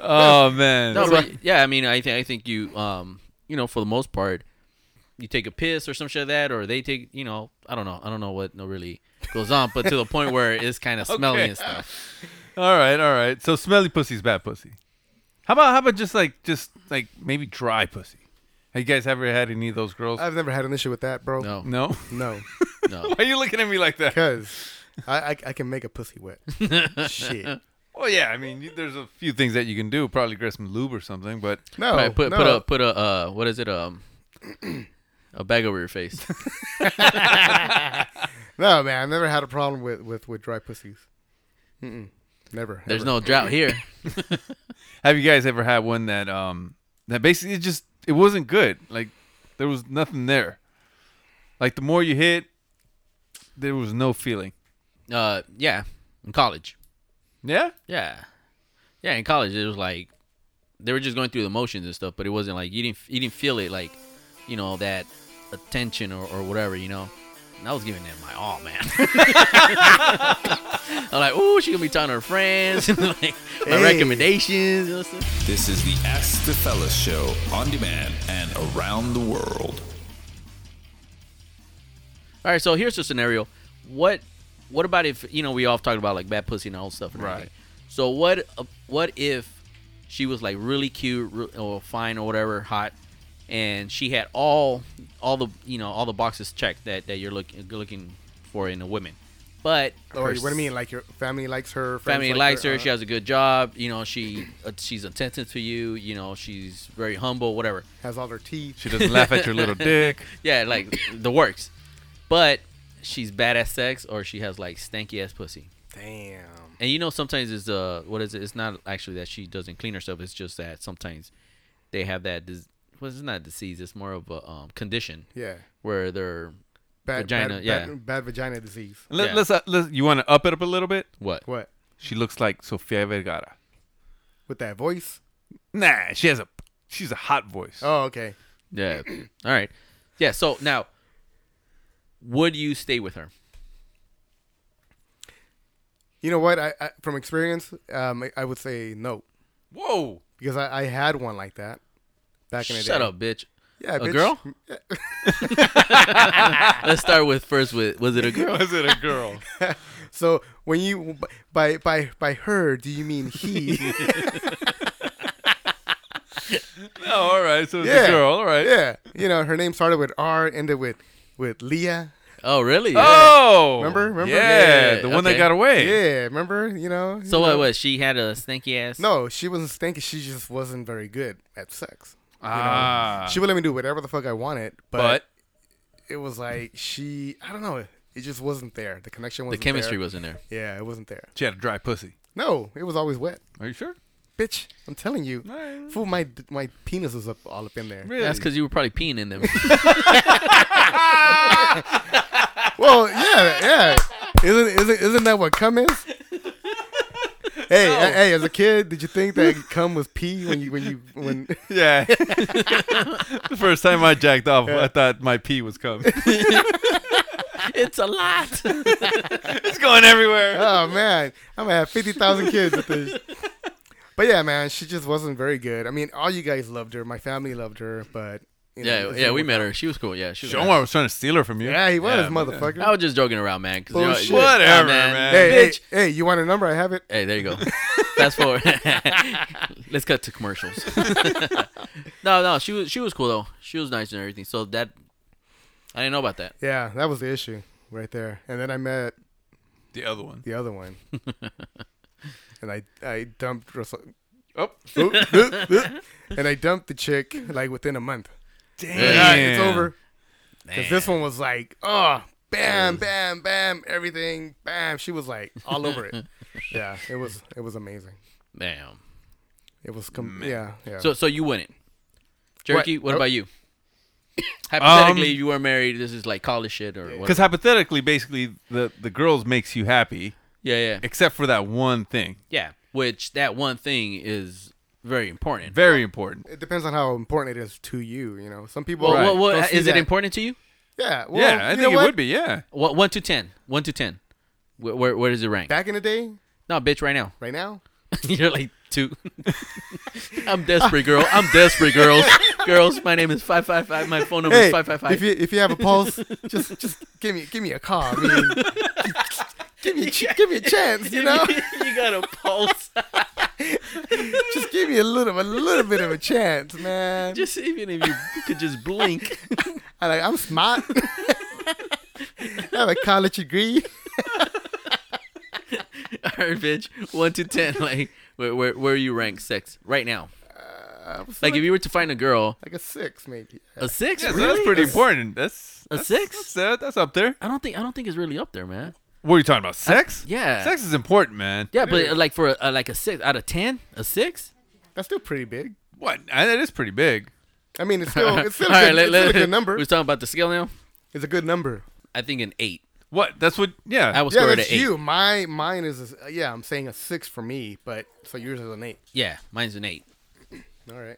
[SPEAKER 7] Oh man.
[SPEAKER 6] No, but yeah, I mean, I think I think you, um, you know, for the most part, you take a piss or some shit like that, or they take, you know, I don't know, I don't know what no really goes on, but to the point where it's kind of smelly
[SPEAKER 7] Okay.
[SPEAKER 6] and stuff.
[SPEAKER 7] All right, all right. So smelly pussy's bad pussy. How about how about just like just like maybe dry pussy? Have you guys ever had any of those girls?
[SPEAKER 5] I've never had an issue with that, bro.
[SPEAKER 6] No, no,
[SPEAKER 7] no.
[SPEAKER 5] no,
[SPEAKER 7] Why are you looking at me like that?
[SPEAKER 5] because I, I I can make a pussy wet. Shit.
[SPEAKER 7] Well, yeah. I mean, you, there's a few things that you can do. Probably get some lube or something. But
[SPEAKER 5] No,
[SPEAKER 6] Right, put
[SPEAKER 5] Oh, no.
[SPEAKER 6] put a put a uh, what is it um. A bag over your face.
[SPEAKER 5] no, man, I've never had a problem with with with dry pussies. Mm-mm. Never.
[SPEAKER 6] There's
[SPEAKER 5] ever.
[SPEAKER 6] no drought here.
[SPEAKER 7] have you guys ever had one that um that basically it just it wasn't good? Like there was nothing there. Like the more you hit, there was no feeling.
[SPEAKER 6] Uh, yeah, in college.
[SPEAKER 7] Yeah.
[SPEAKER 6] Yeah, yeah. In college, it was like they were just going through the motions and stuff, but it wasn't like you didn't you didn't feel it like you know that attention or, or whatever you know. And I was giving it my all, man. I'm like, ooh, she gonna be talking to her friends and like my
[SPEAKER 5] Hey.
[SPEAKER 6] recommendations. and stuff.
[SPEAKER 1] This is the Ask the Fellas show on demand and around the world.
[SPEAKER 6] All right, so here's the scenario. What what about if you know we all talked about like bad pussy and all stuff, and
[SPEAKER 7] Right.
[SPEAKER 6] everything. So what what if she was like really cute re- or fine or whatever, hot, and she had all all the you know all the boxes checked that that you're looking looking for in a woman, but
[SPEAKER 5] Or
[SPEAKER 6] her
[SPEAKER 5] what do Oh, you mean? Like your family likes her. friends
[SPEAKER 6] family
[SPEAKER 5] like
[SPEAKER 6] likes her.
[SPEAKER 5] uh,
[SPEAKER 6] She has a good job. You know she uh, she's attentive to you. You know she's very humble. Whatever.
[SPEAKER 5] has all her teeth.
[SPEAKER 7] She doesn't laugh at your little dick.
[SPEAKER 6] Yeah, like the works. But she's bad at sex or she has like stanky ass pussy.
[SPEAKER 5] Damn.
[SPEAKER 6] And you know sometimes it's uh what is it? It's not actually that she doesn't clean herself. It's just that sometimes they have that dis- well, it's not disease. It's more of a um, condition
[SPEAKER 5] Yeah.
[SPEAKER 6] where they're
[SPEAKER 5] Bad
[SPEAKER 6] Vagina,
[SPEAKER 5] Bad,
[SPEAKER 6] yeah.
[SPEAKER 5] Bad, bad vagina disease.
[SPEAKER 7] Let,
[SPEAKER 6] Yeah.
[SPEAKER 7] Let's uh, let you want to up it up a little bit.
[SPEAKER 6] what?
[SPEAKER 5] What?
[SPEAKER 7] She looks like Sofia Vergara.
[SPEAKER 5] With that voice?
[SPEAKER 7] Nah, she has a she's a hot voice.
[SPEAKER 5] Oh, okay.
[SPEAKER 6] Yeah. All right. Yeah. So now, would you stay with her?
[SPEAKER 5] You know what? I, I from experience, um, I, I would say no
[SPEAKER 7] Whoa.
[SPEAKER 5] because I, I had one like that back in the day.
[SPEAKER 6] Shut up, bitch.
[SPEAKER 5] Yeah,
[SPEAKER 6] A
[SPEAKER 5] bitch.
[SPEAKER 6] girl? Let's start with first with was it a girl?
[SPEAKER 7] Was it a girl?
[SPEAKER 5] So when you by by by her, do you mean he?
[SPEAKER 7] no, all right. So it's
[SPEAKER 5] Yeah.
[SPEAKER 7] a girl, all right.
[SPEAKER 5] yeah. You know, her name started with R, ended with with Leah.
[SPEAKER 6] Oh, really?
[SPEAKER 7] Oh.
[SPEAKER 5] Remember? Remember?
[SPEAKER 7] Yeah,
[SPEAKER 6] Yeah,
[SPEAKER 7] the one that
[SPEAKER 6] okay.
[SPEAKER 7] got away.
[SPEAKER 5] Yeah, remember? You know.
[SPEAKER 6] So what was she had a stinky ass?
[SPEAKER 5] no, she wasn't stinky. She just wasn't very good at sex.
[SPEAKER 7] Ah.
[SPEAKER 5] She would let me do whatever the fuck I wanted, but,
[SPEAKER 7] but
[SPEAKER 5] it was like she, I don't know, it just wasn't there. The connection
[SPEAKER 6] The
[SPEAKER 5] wasn't
[SPEAKER 6] chemistry
[SPEAKER 5] there.
[SPEAKER 6] wasn't there.
[SPEAKER 5] Yeah, it wasn't there.
[SPEAKER 7] she had a dry pussy.
[SPEAKER 5] No, it was always wet.
[SPEAKER 7] Are you sure?
[SPEAKER 5] Bitch, I'm telling you.
[SPEAKER 7] Alright.
[SPEAKER 5] Fool, my my penis was up all up in there.
[SPEAKER 7] Really?
[SPEAKER 6] That's because you were probably peeing in them.
[SPEAKER 5] Well, yeah, yeah. Isn't isn't isn't that what cum is? Hey, a- hey! As a kid, did you think that cum was pee when you when you when?
[SPEAKER 7] Yeah. the first time I jacked off, I thought my pee was coming.
[SPEAKER 6] it's a lot.
[SPEAKER 7] it's going everywhere.
[SPEAKER 5] Oh man, I'm gonna have fifty thousand kids with this. But yeah, man, she just wasn't very good. I mean, all you guys loved her. My family loved her, but you know,
[SPEAKER 6] yeah,
[SPEAKER 5] it
[SPEAKER 6] yeah, we
[SPEAKER 5] didn't
[SPEAKER 6] met her. She was cool. Yeah, she was.
[SPEAKER 7] Omar was trying to steal her from you.
[SPEAKER 5] work. Yeah, he was
[SPEAKER 7] Yeah,
[SPEAKER 5] motherfucker.
[SPEAKER 6] I was just joking around, man. 'cause, you know,
[SPEAKER 5] Bullshit.
[SPEAKER 6] yeah,
[SPEAKER 7] Whatever, man.
[SPEAKER 5] Hey, hey,
[SPEAKER 6] Bitch.
[SPEAKER 5] hey, you want a number? I have it.
[SPEAKER 6] Hey, there you go. Fast forward. Let's cut to commercials. no, no, she was she was cool though. She was nice and everything. So that I didn't know about that.
[SPEAKER 5] Yeah, that was the issue right there. And then I met
[SPEAKER 7] The other one.
[SPEAKER 5] the other one, and I I dumped Russell.
[SPEAKER 7] Oh.
[SPEAKER 5] and I dumped the chick like within a month. Damn, it's over. Because this one was like, oh, bam, bam, bam, everything, bam. She was like all over it. yeah, it was it was amazing.
[SPEAKER 6] Damn.
[SPEAKER 5] It was com- yeah yeah.
[SPEAKER 6] So so you wouldn't. Jerky,
[SPEAKER 5] What? Nope.
[SPEAKER 6] what, Oh. Um, about you? Hypothetically, you were married. This is like college shit or
[SPEAKER 7] Because
[SPEAKER 6] whatever.
[SPEAKER 7] hypothetically, basically, the, the girls makes you happy,
[SPEAKER 6] Yeah, yeah,
[SPEAKER 7] except for that one thing.
[SPEAKER 6] yeah. Which that one thing is very important.
[SPEAKER 7] Very important.
[SPEAKER 5] it depends on how important it is to you. You know, some people.
[SPEAKER 6] well,
[SPEAKER 7] Right.
[SPEAKER 6] what,
[SPEAKER 5] don't
[SPEAKER 6] what,
[SPEAKER 5] see
[SPEAKER 6] is
[SPEAKER 5] that.
[SPEAKER 6] it important to you?
[SPEAKER 5] Yeah, well,
[SPEAKER 7] yeah, I
[SPEAKER 5] you
[SPEAKER 7] think
[SPEAKER 5] know
[SPEAKER 7] it
[SPEAKER 5] what?
[SPEAKER 7] would be. Yeah.
[SPEAKER 6] What, one to ten. One to ten. Where where, where does it rank?
[SPEAKER 5] Back in the day,
[SPEAKER 6] no, bitch, right now.
[SPEAKER 5] right now,
[SPEAKER 6] You're like two. I'm desperate, girl. I'm desperate, girls. girls, my name is five five five. My phone number
[SPEAKER 5] hey,
[SPEAKER 6] is five five
[SPEAKER 5] if
[SPEAKER 6] five.
[SPEAKER 5] you if you have a pulse, just just give me give me a call. I mean, give me a ch- give me a chance. You know,
[SPEAKER 6] you got a pulse.
[SPEAKER 5] just give me a little a little bit of a chance, man.
[SPEAKER 6] just even if you could just blink.
[SPEAKER 5] I like I'm smart. I have a college degree.
[SPEAKER 6] All right, bitch. One to ten. Like where where where you rank sex right now?
[SPEAKER 5] Uh,
[SPEAKER 6] Like if you were to find a girl,
[SPEAKER 5] like a six maybe.
[SPEAKER 6] a six.
[SPEAKER 7] Yeah, so
[SPEAKER 6] really?
[SPEAKER 7] that's pretty important. That's
[SPEAKER 6] A
[SPEAKER 7] that's-
[SPEAKER 6] six?
[SPEAKER 7] That's, that- that's up there.
[SPEAKER 6] I don't think I don't think it's really up there, man.
[SPEAKER 7] What are you talking about? Sex?
[SPEAKER 6] yeah.
[SPEAKER 7] Sex is important, man.
[SPEAKER 6] Yeah, but uh, like for a, a, like a six out of ten, a six.
[SPEAKER 5] That's still pretty big.
[SPEAKER 7] What? I, that is pretty big.
[SPEAKER 5] I mean, it's still it's still, a,
[SPEAKER 6] All
[SPEAKER 5] good,
[SPEAKER 6] let-
[SPEAKER 5] it's still a
[SPEAKER 6] let-
[SPEAKER 5] good number.
[SPEAKER 6] We're talking about the scale now.
[SPEAKER 5] It's a good number.
[SPEAKER 6] I think an eight.
[SPEAKER 7] What? That's what. Yeah.
[SPEAKER 6] I will
[SPEAKER 5] Yeah,
[SPEAKER 6] score it
[SPEAKER 5] that's
[SPEAKER 6] at eight.
[SPEAKER 5] you. My mine is a, yeah. I'm saying a six for me, but so yours is an eight.
[SPEAKER 6] Yeah, mine's an eight.
[SPEAKER 5] All right.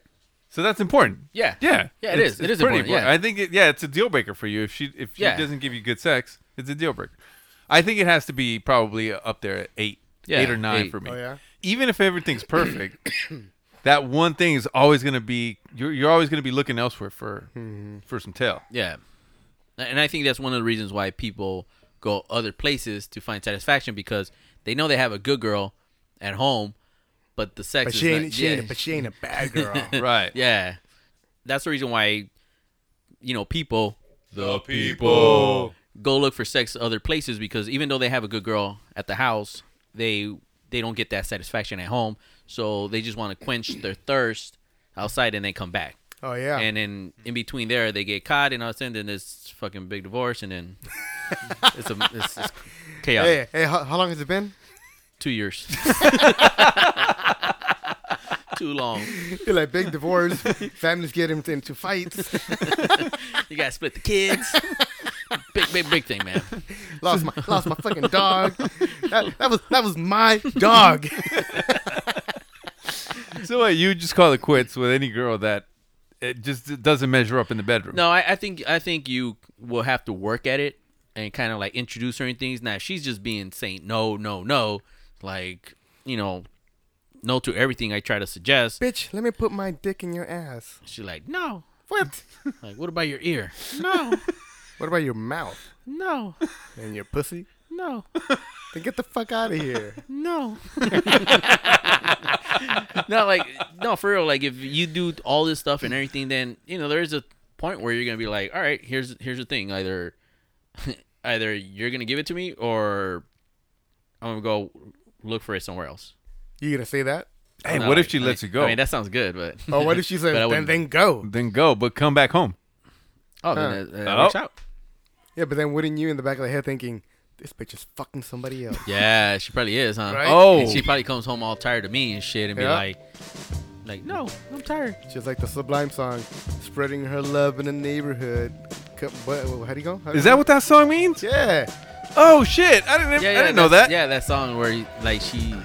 [SPEAKER 7] so that's important.
[SPEAKER 6] Yeah.
[SPEAKER 7] Yeah.
[SPEAKER 6] Yeah, it
[SPEAKER 7] It's-
[SPEAKER 6] is.
[SPEAKER 7] it's
[SPEAKER 6] It is
[SPEAKER 7] pretty
[SPEAKER 6] important. Yeah.
[SPEAKER 7] I think it, yeah, it's a deal breaker for you if she if she
[SPEAKER 6] Yeah.
[SPEAKER 7] doesn't give you good sex, it's a deal breaker. I think it has to be probably up there at 8.
[SPEAKER 6] Yeah,
[SPEAKER 7] 8 or 9
[SPEAKER 6] eight.
[SPEAKER 7] for me.
[SPEAKER 5] Oh, yeah?
[SPEAKER 7] Even if everything's perfect, that one thing is always going to be you're you're always going to be looking elsewhere for
[SPEAKER 5] Mm-hmm.
[SPEAKER 7] for some tail.
[SPEAKER 6] Yeah. And I think that's one of the reasons why people go other places to find satisfaction because they know they have a good girl at home, but the sex
[SPEAKER 5] But
[SPEAKER 6] is
[SPEAKER 5] she ain't
[SPEAKER 6] not,
[SPEAKER 5] she
[SPEAKER 6] yeah,
[SPEAKER 5] ain't but she ain't a bad girl.
[SPEAKER 7] Right.
[SPEAKER 6] yeah. That's the reason why you know, people
[SPEAKER 7] The people.
[SPEAKER 6] go look for sex other places because even though they have a good girl at the house, they they don't get that satisfaction at home, so they just want to quench their thirst outside and then come back.
[SPEAKER 5] Oh yeah.
[SPEAKER 6] And then in between there, they get caught, and all of a sudden, then this fucking big divorce, and then it's a it's, it's chaos.
[SPEAKER 5] hey hey, how, how long has it been?
[SPEAKER 6] Two years. Too long.
[SPEAKER 5] You're like big divorce. Families get him into fights.
[SPEAKER 6] You gotta split the kids. Big, big, big thing, man.
[SPEAKER 5] lost my lost my fucking dog. That, that was that was my dog.
[SPEAKER 7] So what, you just call it quits with any girl that it just doesn't measure up in the bedroom.
[SPEAKER 6] No, I, I think I think you will have to work at it and kind of like introduce her and things. Now she's just being saying no, no, no, like you know, no to everything I try to suggest.
[SPEAKER 5] Bitch, let me put my dick in your ass.
[SPEAKER 6] She's like, no.
[SPEAKER 5] What?
[SPEAKER 6] Like, what about your ear?
[SPEAKER 5] What about your mouth
[SPEAKER 6] No,
[SPEAKER 5] and your pussy?
[SPEAKER 6] no.
[SPEAKER 5] Then get the fuck out of here.
[SPEAKER 6] No. no, like no, for real. Like if you do all this stuff and everything, then you know there is a point where you're gonna be like, all right, here's here's the thing. Either either you're gonna give it to me, or I'm gonna go look for it somewhere else.
[SPEAKER 5] You gonna say that?
[SPEAKER 7] Hey,
[SPEAKER 6] No,
[SPEAKER 7] what if
[SPEAKER 6] like,
[SPEAKER 7] she
[SPEAKER 6] I
[SPEAKER 7] lets
[SPEAKER 6] mean-
[SPEAKER 7] you go? Oh,
[SPEAKER 6] I mean, that sounds good, but
[SPEAKER 5] Or what if she says,
[SPEAKER 6] But I
[SPEAKER 5] then,
[SPEAKER 6] wouldn't-
[SPEAKER 5] then go?
[SPEAKER 7] then go, but come back home.
[SPEAKER 6] oh, then it, it
[SPEAKER 7] Oh.
[SPEAKER 6] works out.
[SPEAKER 5] Yeah, but then wouldn't you in the back of the head thinking, this bitch is fucking somebody else?
[SPEAKER 6] Yeah, she probably is, huh?
[SPEAKER 5] Right?
[SPEAKER 7] Oh.
[SPEAKER 6] And she probably comes home all tired of me and shit, and be
[SPEAKER 5] Yeah.
[SPEAKER 6] like, like, no, I'm tired.
[SPEAKER 5] Just like the Sublime song, spreading her love in the neighborhood. Co- But, how do you go? How do
[SPEAKER 7] Is
[SPEAKER 5] you
[SPEAKER 7] that what that song means?
[SPEAKER 5] go? Yeah.
[SPEAKER 7] Oh shit! I didn't. I didn't know
[SPEAKER 6] that's-
[SPEAKER 7] that.
[SPEAKER 6] Yeah, that song where you- like she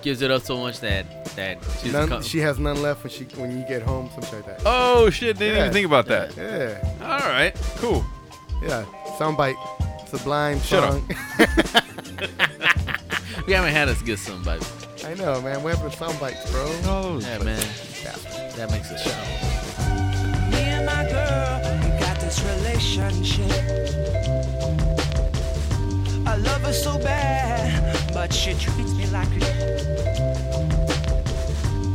[SPEAKER 6] gives it up so much that that she's
[SPEAKER 5] None-
[SPEAKER 6] co-
[SPEAKER 5] she has none left when she when you get home, something like that.
[SPEAKER 7] Oh shit! Didn't
[SPEAKER 5] Yeah.
[SPEAKER 7] even think about that.
[SPEAKER 5] Yeah,
[SPEAKER 7] All right, cool.
[SPEAKER 5] yeah. Soundbite, Sublime
[SPEAKER 7] Shut up.
[SPEAKER 5] song.
[SPEAKER 6] we haven't had us get somebody.
[SPEAKER 5] I know, man. What happened to soundbites, bro?
[SPEAKER 7] Oh,
[SPEAKER 6] Yeah, man, that makes a show.
[SPEAKER 8] Me and my girl, we got this relationship. I love her so bad, but she treats me like a.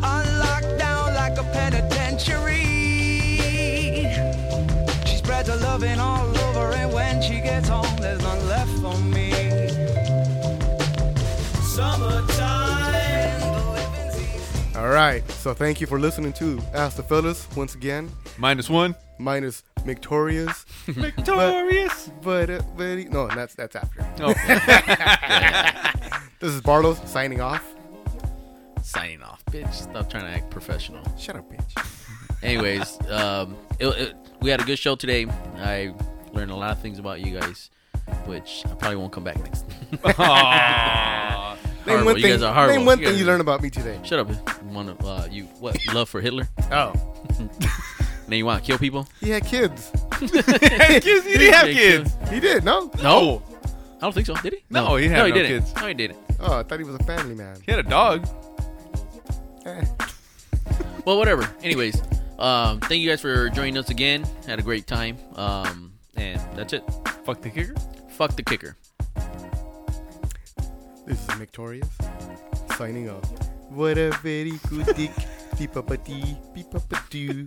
[SPEAKER 8] On lockdown like a penitentiary. She spreads her loving all over, and when she gets home, there's none left for me. Summertime. the living's easy.
[SPEAKER 5] All right. So thank you for listening to Ask the Fellas once again.
[SPEAKER 7] minus one.
[SPEAKER 5] Minus Victoria's,
[SPEAKER 7] Victorious.
[SPEAKER 5] but uh, but no, that's that's after.
[SPEAKER 7] Oh,
[SPEAKER 5] This is Barlos signing off.
[SPEAKER 6] Signing off, bitch. Stop trying to act professional.
[SPEAKER 5] Shut up, bitch.
[SPEAKER 6] Anyways, um, it, it, we had a good show today. I learned a lot of things about you guys, which I probably won't come back next.
[SPEAKER 5] Name
[SPEAKER 6] Horrible.
[SPEAKER 5] one
[SPEAKER 6] You
[SPEAKER 5] thing.
[SPEAKER 6] guys are horrible.
[SPEAKER 5] Name one
[SPEAKER 6] You
[SPEAKER 5] thing
[SPEAKER 6] guys
[SPEAKER 5] you
[SPEAKER 6] are-
[SPEAKER 5] learned about me today.
[SPEAKER 6] Shut up. One of uh, you, what love for Hitler?
[SPEAKER 5] Oh,
[SPEAKER 6] Then you want to kill people?
[SPEAKER 5] he had kids.
[SPEAKER 7] kids, you didn't have
[SPEAKER 6] They
[SPEAKER 7] kids.
[SPEAKER 5] He did no.
[SPEAKER 6] No, I don't think so. Did he?
[SPEAKER 7] No, he had
[SPEAKER 6] no, he
[SPEAKER 7] no
[SPEAKER 6] didn't.
[SPEAKER 7] kids.
[SPEAKER 6] No, he didn't.
[SPEAKER 5] Oh, I thought he was a family man.
[SPEAKER 7] He had a dog.
[SPEAKER 5] Eh.
[SPEAKER 6] well, whatever. Anyways, um, thank you guys for joining us again. Had a great time. Um, and that's it.
[SPEAKER 7] Fuck the kicker.
[SPEAKER 6] Fuck the kicker.
[SPEAKER 5] This is Victorious signing off. What a very good dick. Beep up a dee, beep up a doo.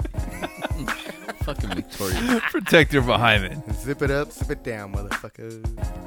[SPEAKER 6] Fucking Victoria.
[SPEAKER 7] Protect your behind it.
[SPEAKER 5] Zip it up, zip it down, motherfucker.